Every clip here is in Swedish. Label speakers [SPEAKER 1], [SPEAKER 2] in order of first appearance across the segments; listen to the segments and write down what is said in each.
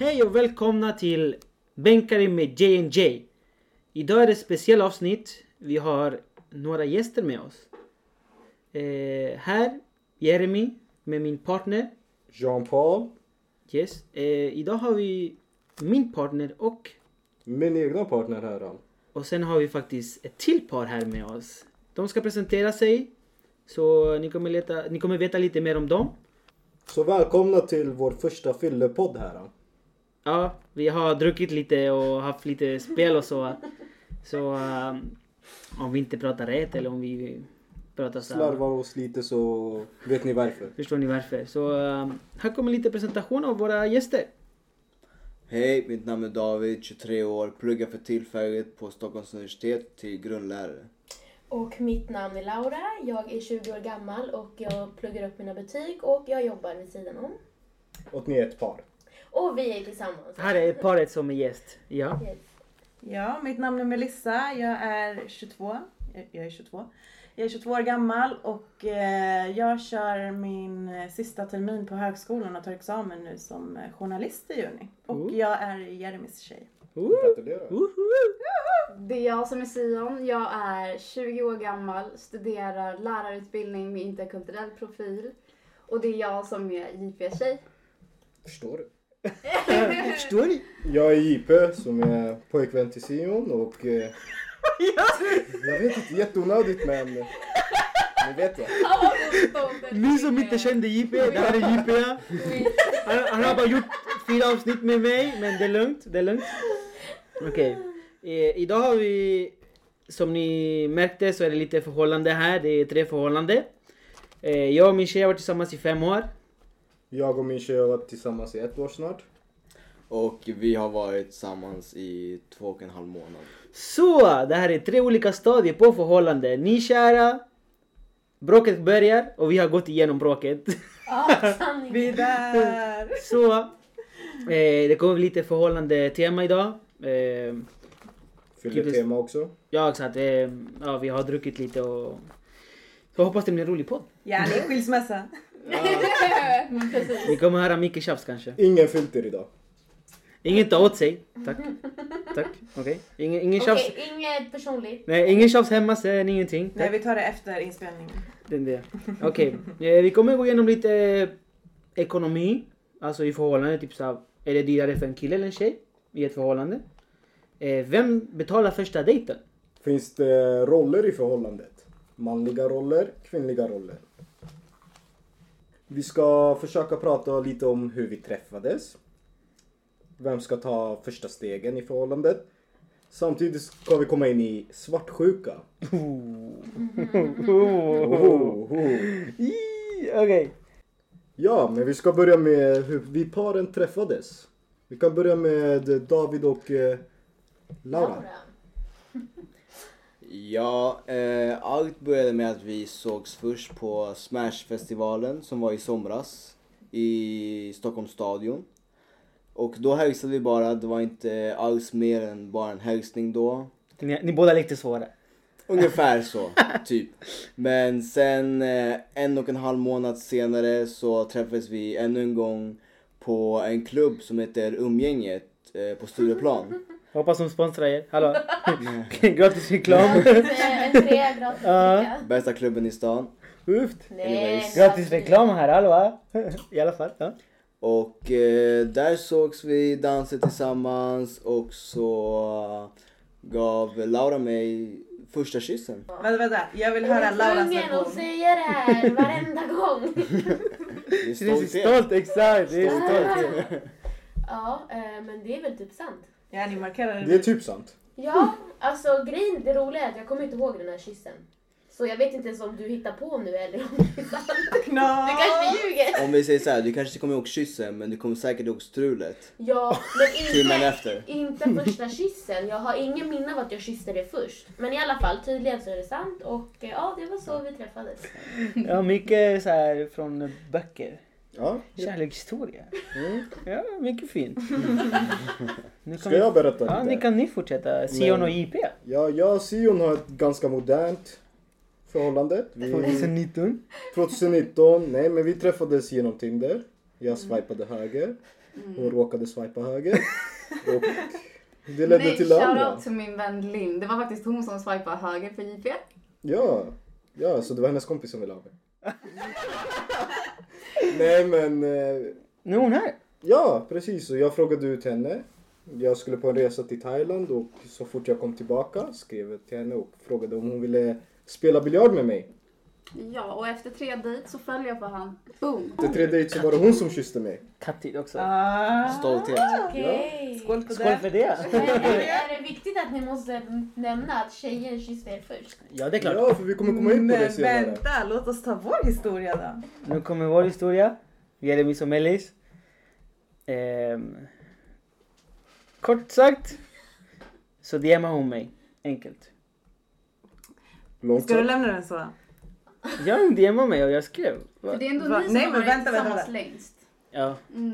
[SPEAKER 1] Hej och välkomna till Bänkare med JNJ. Idag är det ett speciellt avsnitt. Vi har några gäster med oss. Eh, här, Jeremy med min partner.
[SPEAKER 2] Jean-Paul,
[SPEAKER 1] Yes. Eh, idag har vi min partner och
[SPEAKER 2] min egna partner här. då.
[SPEAKER 1] och sen har vi faktiskt ett till par här med oss. De ska presentera sig. Så ni kommer, leta, ni kommer veta lite mer om dem.
[SPEAKER 2] Så välkomna till vår första fyllepodd här. då.
[SPEAKER 1] Ja, vi har druckit lite och haft lite spel och så. Så ehm, om vi inte pratar rätt eller om vi pratar så här.
[SPEAKER 2] Slarvar oss lite så vet ni varför.
[SPEAKER 1] Förstår ni varför? Så ehm, här kommer lite presentation av våra gäster.
[SPEAKER 3] Hej, mitt namn är David, 23 år, pluggar för tillfället på Stockholms universitet till grundlärare.
[SPEAKER 4] Och mitt namn är Laura, jag är 20 år gammal och jag pluggar upp mina betyg och jag jobbar vid sidan om.
[SPEAKER 2] Och ni är ett par.
[SPEAKER 4] Och vi är tillsammans.
[SPEAKER 1] Här är paret som är gäst. Ja.
[SPEAKER 4] Yes.
[SPEAKER 5] Ja, mitt namn är Melissa. Jag är 22. Jag- Jag är 22. Jag är 22 år gammal och eh, jag kör min eh, sista termin på högskolan och tar examen nu som eh, journalist i juni. Och
[SPEAKER 1] Oh.
[SPEAKER 5] jag är Jeremys tjej.
[SPEAKER 1] Woo!
[SPEAKER 2] Gratulerar.
[SPEAKER 1] Woho!
[SPEAKER 6] Det är jag som är Sion. Jag är 20 år gammal, studerar lärarutbildning med interkulturell profil. Och det är jag
[SPEAKER 4] alltså.
[SPEAKER 6] som är JP-tjej.
[SPEAKER 2] Förstår du?
[SPEAKER 1] Förstår ni?
[SPEAKER 2] Jag är JP som är pojkvän till Simon och eh, jag vet inte, jätteonödigt men ni vet jag.
[SPEAKER 1] Ni som inte kände JP, det här är JP. Han, han har bara gjort fyra avsnitt med mig, men det är lugnt. Det är lugnt. Okej. Eh, idag har vi, som ni märkte så är det lite förhållande här. Det är tre förhållande. Eh, jag och min tjej har varit tillsammans i fem år.
[SPEAKER 2] Jag och min tjej har varit tillsammans i ett år snart.
[SPEAKER 3] Och vi har varit tillsammans i två och en halv månad.
[SPEAKER 1] Så, det här är tre olika stadier på förhållande. Ni kära, bråket börjar och vi har gått igenom bråket.
[SPEAKER 4] Ja, sanningen.
[SPEAKER 5] Vi är där!
[SPEAKER 1] Så, eh, det kommer bli lite förhållande tema idag. Eh,
[SPEAKER 2] Fyller tema också.
[SPEAKER 1] Ja exakt, eh, ja, vi har druckit lite och så hoppas det blir en rolig podd.
[SPEAKER 5] Ja, det är skilsmässa.
[SPEAKER 1] Ni kommer höra mycket tjafs kanske.
[SPEAKER 2] Ingen filter idag.
[SPEAKER 1] Ingen tar åt sig. Tack. Tack, okej. Ingen, ingen
[SPEAKER 4] Okej,
[SPEAKER 1] tjafs.
[SPEAKER 4] inget personligt.
[SPEAKER 1] Nej, ingen tjafs hemma sen, ingenting.
[SPEAKER 5] Nej,
[SPEAKER 1] Tack.
[SPEAKER 5] vi tar det efter inspelningen.
[SPEAKER 1] Det är det. Okej, eh, vi kommer gå igenom lite eh, ekonomi. Alltså i förhållande, typ såhär, är det dyrare för en kille eller en tjej i ett förhållande? Eh, vem betalar första dejten?
[SPEAKER 2] Finns det roller i förhållandet? Manliga roller, kvinnliga roller. Vi ska försöka prata lite om hur vi träffades. Vem ska ta första stegen i förhållandet? Samtidigt ska vi komma in i svartsjuka. Oh, oh.
[SPEAKER 1] I- Okej.
[SPEAKER 2] Ja, men vi ska börja med hur vi paren träffades. Vi kan börja med David och eh, Laura.
[SPEAKER 4] Laura.
[SPEAKER 3] Ja, eh, allt började med att vi sågs först på Smashfestivalen som var i somras i Stockholms stadion. Och då hälsade vi bara, det var inte alls mer än bara en hälsning då.
[SPEAKER 1] Ni, ni båda lekte svåra.
[SPEAKER 3] Ungefär så, typ. Men sen eh, en och en halv månad senare så träffades vi ännu en gång på en klubb som heter Umgänget eh, på Stureplan.
[SPEAKER 1] Hoppas de sponsrar er. Hallå. Gratis reklam.
[SPEAKER 4] En trea gratis dricka.
[SPEAKER 3] Bästa klubben i stan.
[SPEAKER 1] Uft.
[SPEAKER 4] Nej,
[SPEAKER 1] Gratis reklam här, hallå va? I alla fall. Ja.
[SPEAKER 3] Och eh, där sågs vi, dansade tillsammans och så gav Laura mig första kyssen.
[SPEAKER 5] Vänta, vänta. Jag vill
[SPEAKER 4] Jag
[SPEAKER 5] höra
[SPEAKER 4] är
[SPEAKER 5] Lauras
[SPEAKER 4] tvungen att
[SPEAKER 5] version.
[SPEAKER 4] säga det här varenda gång.
[SPEAKER 3] Det är stolthet.
[SPEAKER 1] stolt, exakt. Det är stolt.
[SPEAKER 4] Ja, eh, men det är väl typ sant.
[SPEAKER 5] Ja, ni markerar
[SPEAKER 2] Det är typ sant.
[SPEAKER 4] Ja, alltså grejen, det roliga är att jag kommer inte ihåg den här kyssen. Så jag vet inte ens om du hittar på nu eller om det är sant. Du kanske ljuger.
[SPEAKER 3] Om vi säger så här, du kanske inte kommer ihåg kyssen men du kommer säkert ihåg strulet.
[SPEAKER 4] Ja, men
[SPEAKER 3] Timmen
[SPEAKER 4] inte,
[SPEAKER 3] efter.
[SPEAKER 4] inte första kyssen. Jag har ingen minne av att jag kysste dig först. Men i alla fall, tydligen så är det sant. Och eh, ja, det var så vi träffades.
[SPEAKER 1] Ja, mycket så här från böcker.
[SPEAKER 2] Ja.
[SPEAKER 1] Kärlekshistoria. Ja, mycket fint. Nu kan
[SPEAKER 2] Ska jag berätta lite?
[SPEAKER 1] Ja, ni kan ni fortsätta. Sion och
[SPEAKER 2] Men-
[SPEAKER 1] JP.
[SPEAKER 2] Ja, jag och Sion har ett ganska modernt förhållande. Vi,
[SPEAKER 1] 2019.
[SPEAKER 6] Mm.
[SPEAKER 2] 2019, nej men vi träffades genom Tinder. Jag swipade höger. Hon råkade swipa höger. Och det ledde
[SPEAKER 6] Nej,
[SPEAKER 2] till det andra.
[SPEAKER 6] shoutout till min vän Linn. Det var faktiskt hon som swipade höger för JP.
[SPEAKER 2] Ja. ja, så det var hennes kompis som ville ha mig. Nej men, eh,
[SPEAKER 1] Nu är hon här.
[SPEAKER 2] ja precis. Och jag frågade ut henne. Jag skulle på en resa till Thailand och så fort jag kom tillbaka skrev jag till henne och frågade om hon ville spela biljard med mig.
[SPEAKER 6] Ja, och efter tre dejt så följer jag på han. Boom!
[SPEAKER 2] Efter tre dejt så var det hon som kysste mig.
[SPEAKER 1] Kattid också.
[SPEAKER 5] Ah,
[SPEAKER 3] Stolthet.
[SPEAKER 4] Okej.
[SPEAKER 5] skål på
[SPEAKER 1] Skål för
[SPEAKER 5] det.
[SPEAKER 1] det.
[SPEAKER 4] Men är det- är det viktigt att ni måste nämna att tjejen kysste er först?
[SPEAKER 1] Ja, det är klart.
[SPEAKER 2] Ja, för vi kommer komma in på det
[SPEAKER 5] Men
[SPEAKER 2] senare.
[SPEAKER 5] vänta, låt oss ta vår historia då.
[SPEAKER 1] Nu kommer vår historia. Vi är Miss och Mellis. Ehm, kort sagt så DMar hon mig. Enkelt.
[SPEAKER 2] Långt
[SPEAKER 5] Ska du lämna den så?
[SPEAKER 1] Ja, hon DMar mig och jag skrev.
[SPEAKER 6] För
[SPEAKER 1] Va?
[SPEAKER 6] det är ändå
[SPEAKER 5] Va?
[SPEAKER 6] ni som
[SPEAKER 5] Nej,
[SPEAKER 6] har
[SPEAKER 5] men
[SPEAKER 6] varit
[SPEAKER 5] vänta, vänta,
[SPEAKER 6] tillsammans
[SPEAKER 5] vänta.
[SPEAKER 6] längst.
[SPEAKER 1] Ja.
[SPEAKER 6] Mm.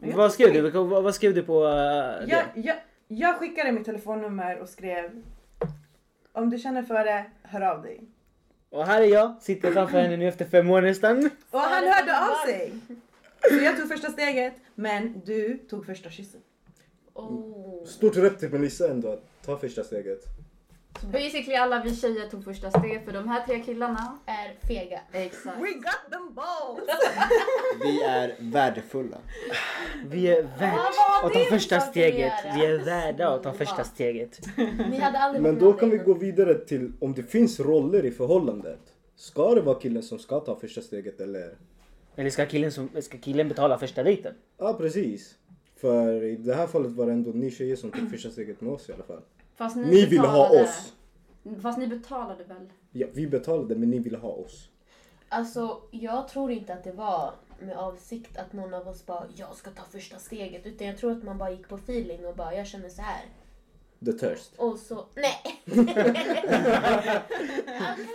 [SPEAKER 5] Ja.
[SPEAKER 1] Vad skrev du? Vad, vad skrev du på eh,
[SPEAKER 5] Jag,
[SPEAKER 1] det?
[SPEAKER 5] jag, jag skickade mitt telefonnummer och skrev om du känner för det, hör av dig.
[SPEAKER 1] Och här är jag, sitter framför henne nu efter fem år nästan.
[SPEAKER 5] Och han hörde av sig! Så jag tog första steget, men du tog första kyssen.
[SPEAKER 4] Oh.
[SPEAKER 2] Stort rep till Melissa ändå att ta första steget.
[SPEAKER 6] Så basically alla vi tjejer tog första steget för de här tre killarna.
[SPEAKER 4] Är fega.
[SPEAKER 6] Exakt.
[SPEAKER 5] We got them balls!
[SPEAKER 3] Vi är värdefulla.
[SPEAKER 1] Vi är värda
[SPEAKER 4] vad
[SPEAKER 1] att
[SPEAKER 4] det
[SPEAKER 1] ta första
[SPEAKER 4] ska vi
[SPEAKER 1] steget.
[SPEAKER 4] göra?
[SPEAKER 1] Vi är värda att ta första
[SPEAKER 4] Ja.
[SPEAKER 1] steget.
[SPEAKER 4] Ni hade aldrig
[SPEAKER 2] Men
[SPEAKER 4] varit
[SPEAKER 2] då
[SPEAKER 4] med om
[SPEAKER 2] kan
[SPEAKER 4] det
[SPEAKER 2] vi gå vidare till om det finns roller i förhållandet. Ska det vara killen som ska ta första steget eller?
[SPEAKER 1] Eller ska killen, som, ska killen betala första dejten?
[SPEAKER 2] Ja precis. För i det här fallet var det ändå ni tjejer som tog första steget med oss i alla fall.
[SPEAKER 6] Fast
[SPEAKER 2] Ni ville ha
[SPEAKER 6] betalade-
[SPEAKER 2] oss.
[SPEAKER 6] Fast ni betalade väl?
[SPEAKER 2] Ja, vi betalade men ni ville ha oss.
[SPEAKER 4] Alltså, jag tror inte att det var med avsikt att någon av oss bara “jag ska ta första steget” utan jag tror att man bara gick på feeling och bara “jag känner så här”.
[SPEAKER 2] The thirst.
[SPEAKER 4] Och så, nej!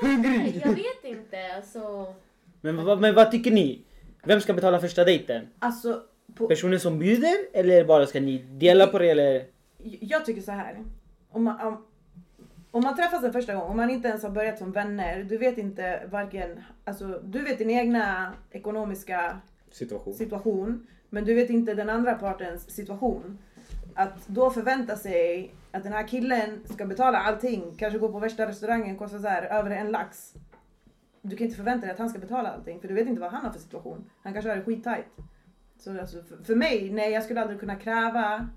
[SPEAKER 1] Hungrig!
[SPEAKER 4] Jag vet inte, alltså.
[SPEAKER 1] Men, vad- men vad tycker ni? Vem ska betala första dejten?
[SPEAKER 5] Alltså, på,
[SPEAKER 1] Personen som bjuder eller bara ska ni dela på det eller?
[SPEAKER 5] jag tycker så här. Om man, om, om man träffas en första gång och man inte ens har börjat som vänner, du vet inte varken, alltså du vet din egna ekonomiska
[SPEAKER 2] Situation.
[SPEAKER 5] situation men du vet inte den andra partens situation. Att då förvänta sig att den här killen ska betala allting, kanske gå på värsta restaurangen, kostar så här över en lax. Du kan inte förvänta dig att han ska betala allting för du vet inte vad han har för situation. Han kanske har det skittajt. Så alltså, för, för mig, nej jag skulle aldrig kunna kräva.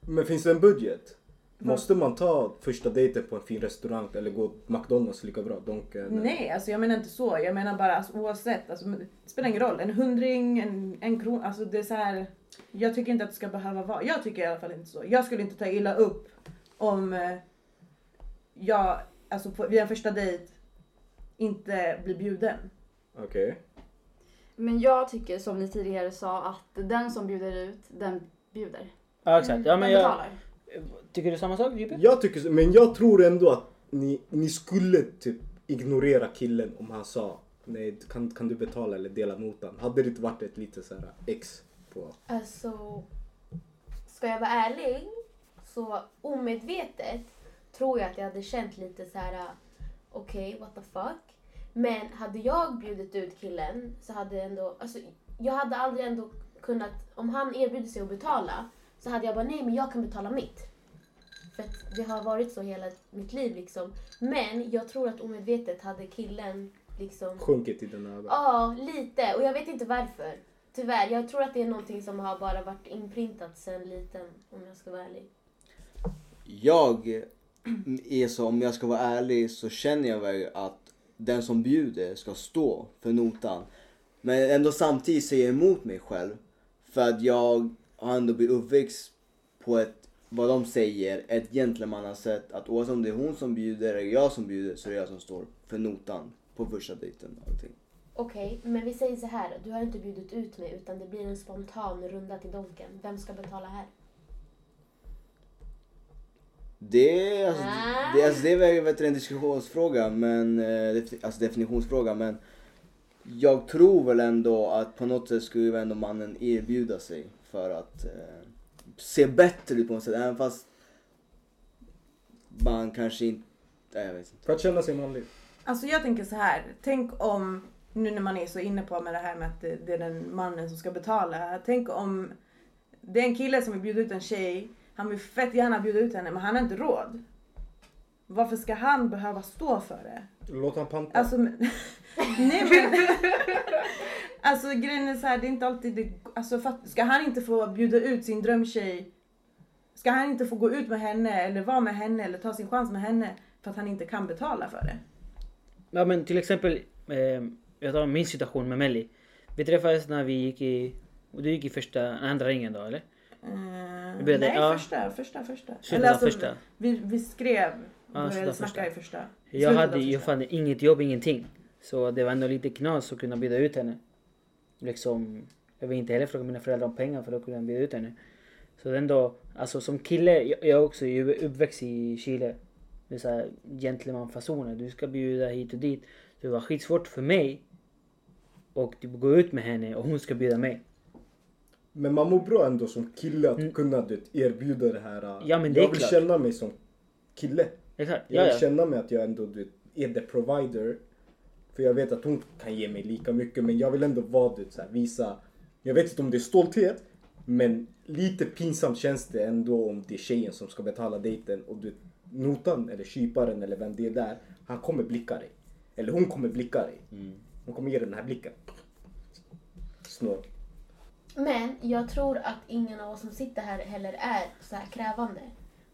[SPEAKER 2] Men finns det en budget? Måste man ta första dejten på en fin restaurang eller gå McDonalds lika bra? Donken?
[SPEAKER 5] Nej, alltså jag menar inte så. Jag menar bara alltså, oavsett. Alltså, men det spelar ingen roll. En hundring, en, en krona. Alltså det är så här. Jag tycker inte att det ska behöva vara. Jag tycker i alla fall inte så. Jag skulle inte ta illa upp om eh, jag, alltså på, vid en första dejt, inte blir bjuden.
[SPEAKER 2] Okej.
[SPEAKER 6] Men jag tycker som ni tidigare sa att den som bjuder ut, den bjuder.
[SPEAKER 1] Ja exakt. Ja, men
[SPEAKER 6] den
[SPEAKER 1] jag,
[SPEAKER 6] betalar.
[SPEAKER 1] tycker du samma sak Juppe?
[SPEAKER 2] Jag tycker så, men jag tror ändå att ni, ni skulle typ ignorera killen om han sa nej kan, kan du betala eller dela notan. Hade det inte varit ett litet så här X på.
[SPEAKER 4] Alltså, ska jag vara ärlig så omedvetet tror jag att jag hade känt lite så här: okej, what the fuck. Men hade jag bjudit ut killen så hade jag ändå, alltså jag hade aldrig ändå kunnat, om han erbjuder sig att betala så hade jag bara nej men jag kan betala mitt. För att det har varit så hela mitt liv liksom. Men jag tror att omedvetet hade killen liksom
[SPEAKER 2] Sjunkit i den ögonen.
[SPEAKER 4] Ja, lite. Och jag vet inte varför. Tyvärr. Jag tror att det är någonting som har bara varit inprintat sen liten, om jag ska vara ärlig.
[SPEAKER 3] Jag är så, om jag ska vara ärlig, så känner jag väl att den som bjuder ska stå för notan. Men ändå samtidigt säger jag emot mig själv. För att jag har ändå blivit uppväxt på ett, vad de säger, ett gentlemannasätt. Att oavsett om det är hon som bjuder eller jag som bjuder så är det jag som står för notan på första dejten. och allting.
[SPEAKER 4] Okej, men vi säger så här. Du har inte bjudit ut mig, utan det blir en spontan runda till Donken. Vem ska betala här?
[SPEAKER 3] Det, är- alltså,
[SPEAKER 4] Ah.
[SPEAKER 3] det, alltså, det är väl vet du, en diskussionsfråga, men, eh, def- alltså definitionsfråga. Men jag tror väl ändå att på något sätt skulle väl ändå mannen erbjuda sig för att eh, se bättre ut på något sätt. Även fast man kanske inte... Nej, jag vet inte.
[SPEAKER 2] För att känna sig manlig.
[SPEAKER 5] Alltså jag tänker så här. Tänk om nu när man är så inne på med det här med att det, det är den mannen som ska betala. Tänk om det är en kille som vill bjuda ut en tjej. Han vill fett gärna bjuda ut henne men han har inte råd. Varför ska han behöva stå för det?
[SPEAKER 2] Låt han panta.
[SPEAKER 5] Alltså, men, nej men. alltså grejen är så här, det är inte alltid det, alltså, fatt- Ska han inte få bjuda ut sin drömtjej? Ska han inte få gå ut med henne eller vara med henne eller ta sin chans med henne för att han inte kan betala för det?
[SPEAKER 1] Ja men till exempel, eh, jag tar min situation med Melli. Vi träffades när vi gick i, och du gick i första, andra ringen då eller?
[SPEAKER 5] Eh,
[SPEAKER 1] Vi började-
[SPEAKER 5] nej,
[SPEAKER 1] ja.
[SPEAKER 5] första, första, första.
[SPEAKER 1] Slutet
[SPEAKER 5] Eller
[SPEAKER 1] av
[SPEAKER 5] alltså,
[SPEAKER 1] första.
[SPEAKER 5] Vi, vi skrev,
[SPEAKER 1] slutet
[SPEAKER 5] började
[SPEAKER 1] av
[SPEAKER 5] snacka
[SPEAKER 1] första.
[SPEAKER 5] i första.
[SPEAKER 1] Jag
[SPEAKER 5] Slutet av
[SPEAKER 1] hade ju
[SPEAKER 5] första.
[SPEAKER 1] fan inget jobb, ingenting. Så det var ändå lite knas att kunna bjuda ut henne. Liksom, jag vill inte heller fråga mina föräldrar om pengar för då kunde jag bjuda ut henne. Så det är ändå, alltså som kille, jag, jag är också ju uppväxt i Chile. Det är såhär gentlemanfasoner, du ska bjuda hit och dit. Så det var skitsvårt för mig och typ gå ut med henne och hon ska bjuda mig.
[SPEAKER 2] Men man mår bra ändå som kille att kunna du, vet, erbjuda det här. äh,
[SPEAKER 1] Mm. Ja, men det är
[SPEAKER 2] jag vill
[SPEAKER 1] klart.
[SPEAKER 2] känna mig som kille.
[SPEAKER 1] Exakt,
[SPEAKER 2] Jag
[SPEAKER 1] ja,
[SPEAKER 2] vill
[SPEAKER 1] ja.
[SPEAKER 2] känna mig att jag ändå du, vet, är the provider. För jag vet att hon kan ge mig lika mycket men jag vill ändå vara du, vet, så här, visa. Jag vet inte om det är stolthet men lite pinsamt känns det ändå om det är tjejen som ska betala dejten och du, vet, notan eller kyparen eller vem det är där. Han kommer blicka dig. Eller hon kommer blicka dig.
[SPEAKER 1] Mm.
[SPEAKER 2] Hon kommer ge dig den här blicken. Snor.
[SPEAKER 4] Men jag tror att ingen av oss som sitter här heller är så här krävande.